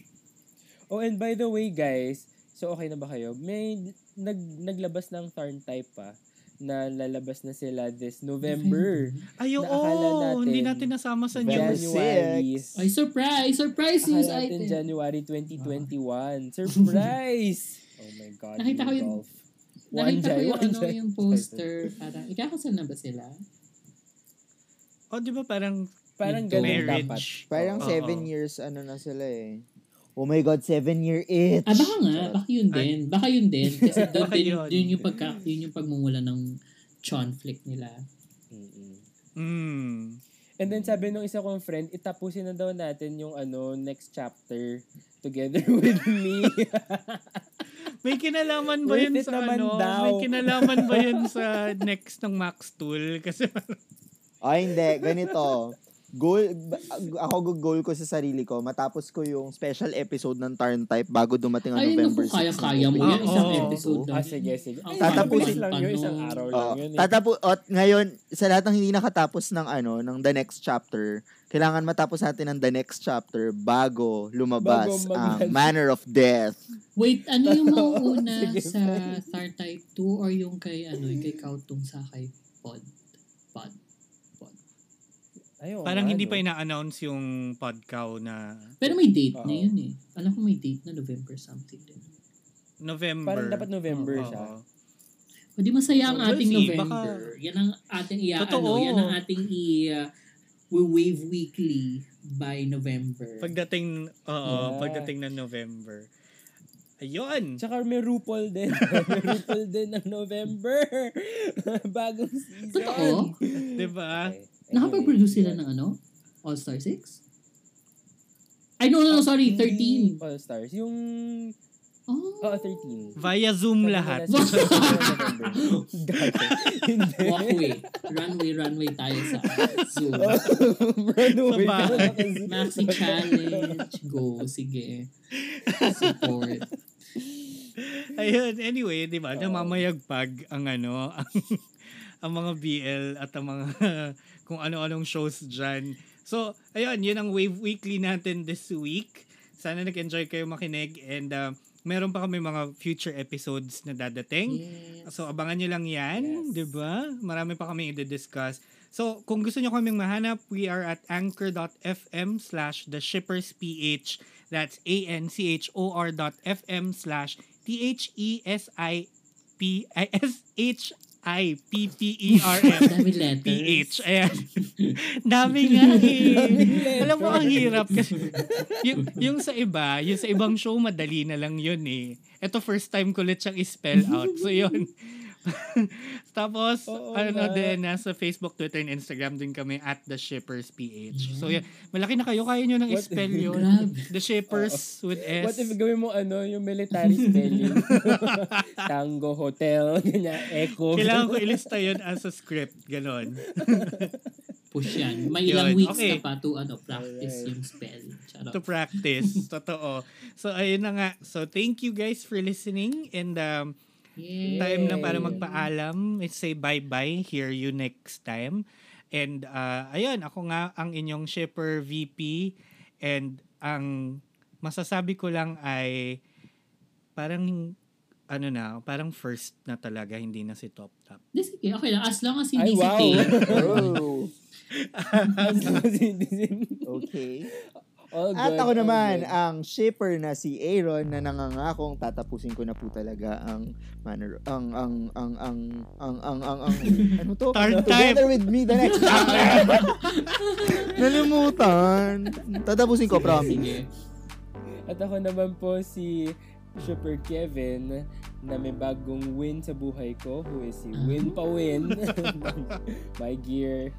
Speaker 4: Oh, and by the way, guys, so okay na ba kayo? May nag naglabas ng Tarn type pa na lalabas na sila this November.
Speaker 5: Ay, oo.
Speaker 4: Naakala natin.
Speaker 5: hindi natin nasama sa
Speaker 3: November
Speaker 5: news.
Speaker 4: January.
Speaker 3: six.
Speaker 2: Ay, surprise! Surprise news
Speaker 4: Akala natin
Speaker 2: item!
Speaker 4: January 2021. Surprise! oh my God,
Speaker 2: Ah. Nakita ko yun.
Speaker 4: Rudolph.
Speaker 2: Nakita ko
Speaker 4: Wanjay,
Speaker 2: yung, ano,
Speaker 4: wanjay.
Speaker 2: yung poster. Parang, ikakasal na ba sila?
Speaker 5: O, Oh, di ba parang
Speaker 4: Parang
Speaker 2: Yung
Speaker 4: ganun dapat.
Speaker 5: marriage? Oo.
Speaker 3: Parang seven years, ano na sila eh. Oh my God, seven year itch.
Speaker 2: Ah, baka nga. Baka yun
Speaker 5: Diba? Ay.
Speaker 2: din. Baka yun din. Kasi doon
Speaker 5: Baka
Speaker 2: din,
Speaker 5: yun.
Speaker 2: yun yung, pagka, yun yung pagmumula ng conflict nila.
Speaker 4: Mm-mm.
Speaker 5: Mm.
Speaker 4: And then sabi nung isa kong friend, itapusin na daw natin yung ano next chapter together with me.
Speaker 5: May kinalaman ba
Speaker 4: Worth
Speaker 5: yun
Speaker 4: it
Speaker 5: sa
Speaker 4: naman
Speaker 5: ano?
Speaker 4: daw.
Speaker 5: May kinalaman ba yun sa next ng Max Tool? Kasi
Speaker 3: Ay, Ah, hindi. Ganito. Goal, ba- ako goal ko sa sarili ko, matapos ko yung special episode ng Tarn Type bago dumating ang
Speaker 2: Ay,
Speaker 3: November
Speaker 2: naku,
Speaker 3: 6.
Speaker 2: kaya-kaya mo.
Speaker 5: Ah,
Speaker 2: Yan isang
Speaker 5: oo.
Speaker 2: episode lang.
Speaker 4: ah, sige, sige.
Speaker 2: Ang
Speaker 3: Tatapusin
Speaker 4: mabilis lang
Speaker 2: pa
Speaker 4: yun,
Speaker 2: nun.
Speaker 4: isang araw lang
Speaker 3: Oh,
Speaker 4: yun. Eh.
Speaker 3: tatapo, at ngayon, sa lahat ng hindi nakatapos ng ano, ng the next chapter, kailangan matapos natin ang the next chapter bago lumabas
Speaker 4: Bago
Speaker 3: ang
Speaker 4: mag-
Speaker 3: Manner of Death.
Speaker 2: Wait, ano yung mauuna
Speaker 4: Sige,
Speaker 2: sa Star Type 2 or yung kay, ano, yung kay Kautong Sakay Pod? Pod. Pod.
Speaker 4: Ayun,
Speaker 5: parang
Speaker 4: ano.
Speaker 5: hindi pa ina-announce yung podcow na
Speaker 2: Pero may date na
Speaker 4: Oo.
Speaker 2: yun eh. Alam ko may date na November something din.
Speaker 5: November.
Speaker 4: Parang dapat November
Speaker 5: Oo.
Speaker 4: siya.
Speaker 2: O di masaya ang
Speaker 5: Well,
Speaker 2: ating
Speaker 5: see,
Speaker 2: November. Yan ang ating iya,
Speaker 5: Totoo.
Speaker 2: ano, yan ang ating i- uh, we wave weekly by November.
Speaker 5: Pagdating, oo,
Speaker 4: Yeah.
Speaker 5: pagdating ng November. Ayun!
Speaker 4: Tsaka may RuPaul din. may RuPaul din ng November. Bagong season.
Speaker 2: Totoo?
Speaker 5: Diba?
Speaker 4: Okay.
Speaker 2: Nakapag-produce
Speaker 4: Anyway,
Speaker 2: sila ng ano? All-Star 6? Ay, no, no, no, Oh, sorry, 13.
Speaker 4: hindi All Stars. Yung...
Speaker 2: Oh,
Speaker 4: Oo, 13.
Speaker 5: Via Zoom lahat.
Speaker 4: Sa November. Gago. Hindi.
Speaker 2: Walkway. runway, runway tayo sa Zoom.
Speaker 4: Runaway.
Speaker 5: Sa bahay.
Speaker 2: Maxi challenge. Go, sige. Support.
Speaker 5: Ayun, anyway, di ba? Namamayagpag ang ano, ang, ang mga BL at ang mga kung ano-anong shows dyan. So, ayun, yun ang Wave Weekly natin this week. Sana nag-enjoy kayo makinig and uh, meron pa kami mga future episodes na dadating.
Speaker 2: Yes.
Speaker 5: So, abangan nyo lang yan,
Speaker 4: Yes.
Speaker 5: di ba? Marami pa kami i-discuss. So, kung gusto nyo kaming mahanap, we are at anchor.fm slash the shippersph. That's A-N-C-H-O-R dot F-M slash E eh, E T-H-E-S-I-P-S-H-I-P-P-E-R-S.
Speaker 2: Dami letters.
Speaker 5: PH. Ayan. Dami nga eh.
Speaker 4: letters.
Speaker 5: Alam mo, ang hirap. Kasi, yung, yung sa iba, yung sa ibang show, madali na lang yun eh. Ito, first time ko ulit siyang spell out. So, yun. Tapos,
Speaker 4: Oo
Speaker 5: ano
Speaker 4: nga.
Speaker 5: din, nasa Facebook, Twitter, and Instagram din kami at The Shippers PH. So, yun. Malaki na kayo. Kaya nyo nang
Speaker 4: Hmm. What-
Speaker 5: spell yun.
Speaker 2: Grabe.
Speaker 5: The Shippers with S.
Speaker 4: What if gawin mo ano, yung military spelling? Tango Hotel, ganyan, Echo.
Speaker 5: Kailangan ko ilista yun as a script. Ganon.
Speaker 2: Push yan. May
Speaker 5: Yun,
Speaker 2: ilang weeks
Speaker 5: okay.
Speaker 2: ka pa to ano, practice
Speaker 4: Alright.
Speaker 2: yung spell. Charot.
Speaker 5: to practice. Totoo. So, ayun na nga. So, thank you guys for listening. And um,
Speaker 2: Yay.
Speaker 5: time na para
Speaker 4: Yay.
Speaker 5: magpaalam. Let's say bye-bye. Hear you next time. And uh, ayun, ako nga ang inyong shipper VP. And ang masasabi ko lang ay parang ano na, parang first na talaga, hindi na si Top Top.
Speaker 2: Di, sige, okay lang. As long as
Speaker 4: Ay,
Speaker 2: hindi si
Speaker 4: wow.
Speaker 2: Kay.
Speaker 3: Oh,
Speaker 4: okay.
Speaker 3: okay.
Speaker 4: All good,
Speaker 3: At ako
Speaker 4: all
Speaker 3: naman,
Speaker 4: good.
Speaker 3: ang shipper na si Aaron na nangangakong tatapusin ko na po talaga ang manner ang ang ang ang ang ang ang, ang ano to?
Speaker 5: Tarn
Speaker 3: Together with me the next chapter. Nalimutan. Tatapusin ko, promise.
Speaker 2: Sige.
Speaker 4: At ako naman po si Super Kevin na may bagong win sa buhay ko who is si Win Pawin. My gear.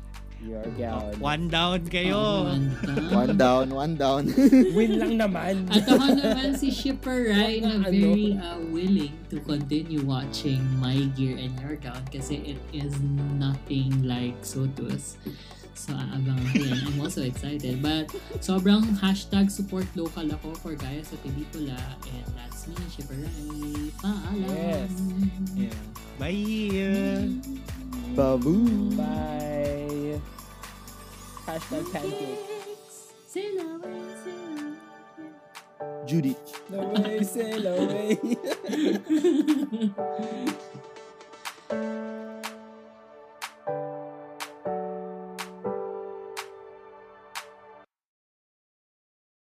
Speaker 4: Your gown.
Speaker 5: One down kayo.
Speaker 2: Kumanta.
Speaker 3: One down, one down.
Speaker 4: Win lang naman.
Speaker 2: At ako naman si Shipper Rai na
Speaker 4: Ano?
Speaker 2: very uh, willing to continue watching My Gear and Your Gown kasi it is nothing like Sotus. So, aabang ko yan. I'm also excited. But, sobrang hashtag support local ako for Gaya sa pelikula. And that's me, Shipper Rai. Paalam!
Speaker 4: Yes.
Speaker 5: Yeah. Bye.
Speaker 3: Babu.
Speaker 4: Bye. Hashtag pancake.
Speaker 2: Sail away, sail away.
Speaker 3: Judith.
Speaker 4: No way, sail away.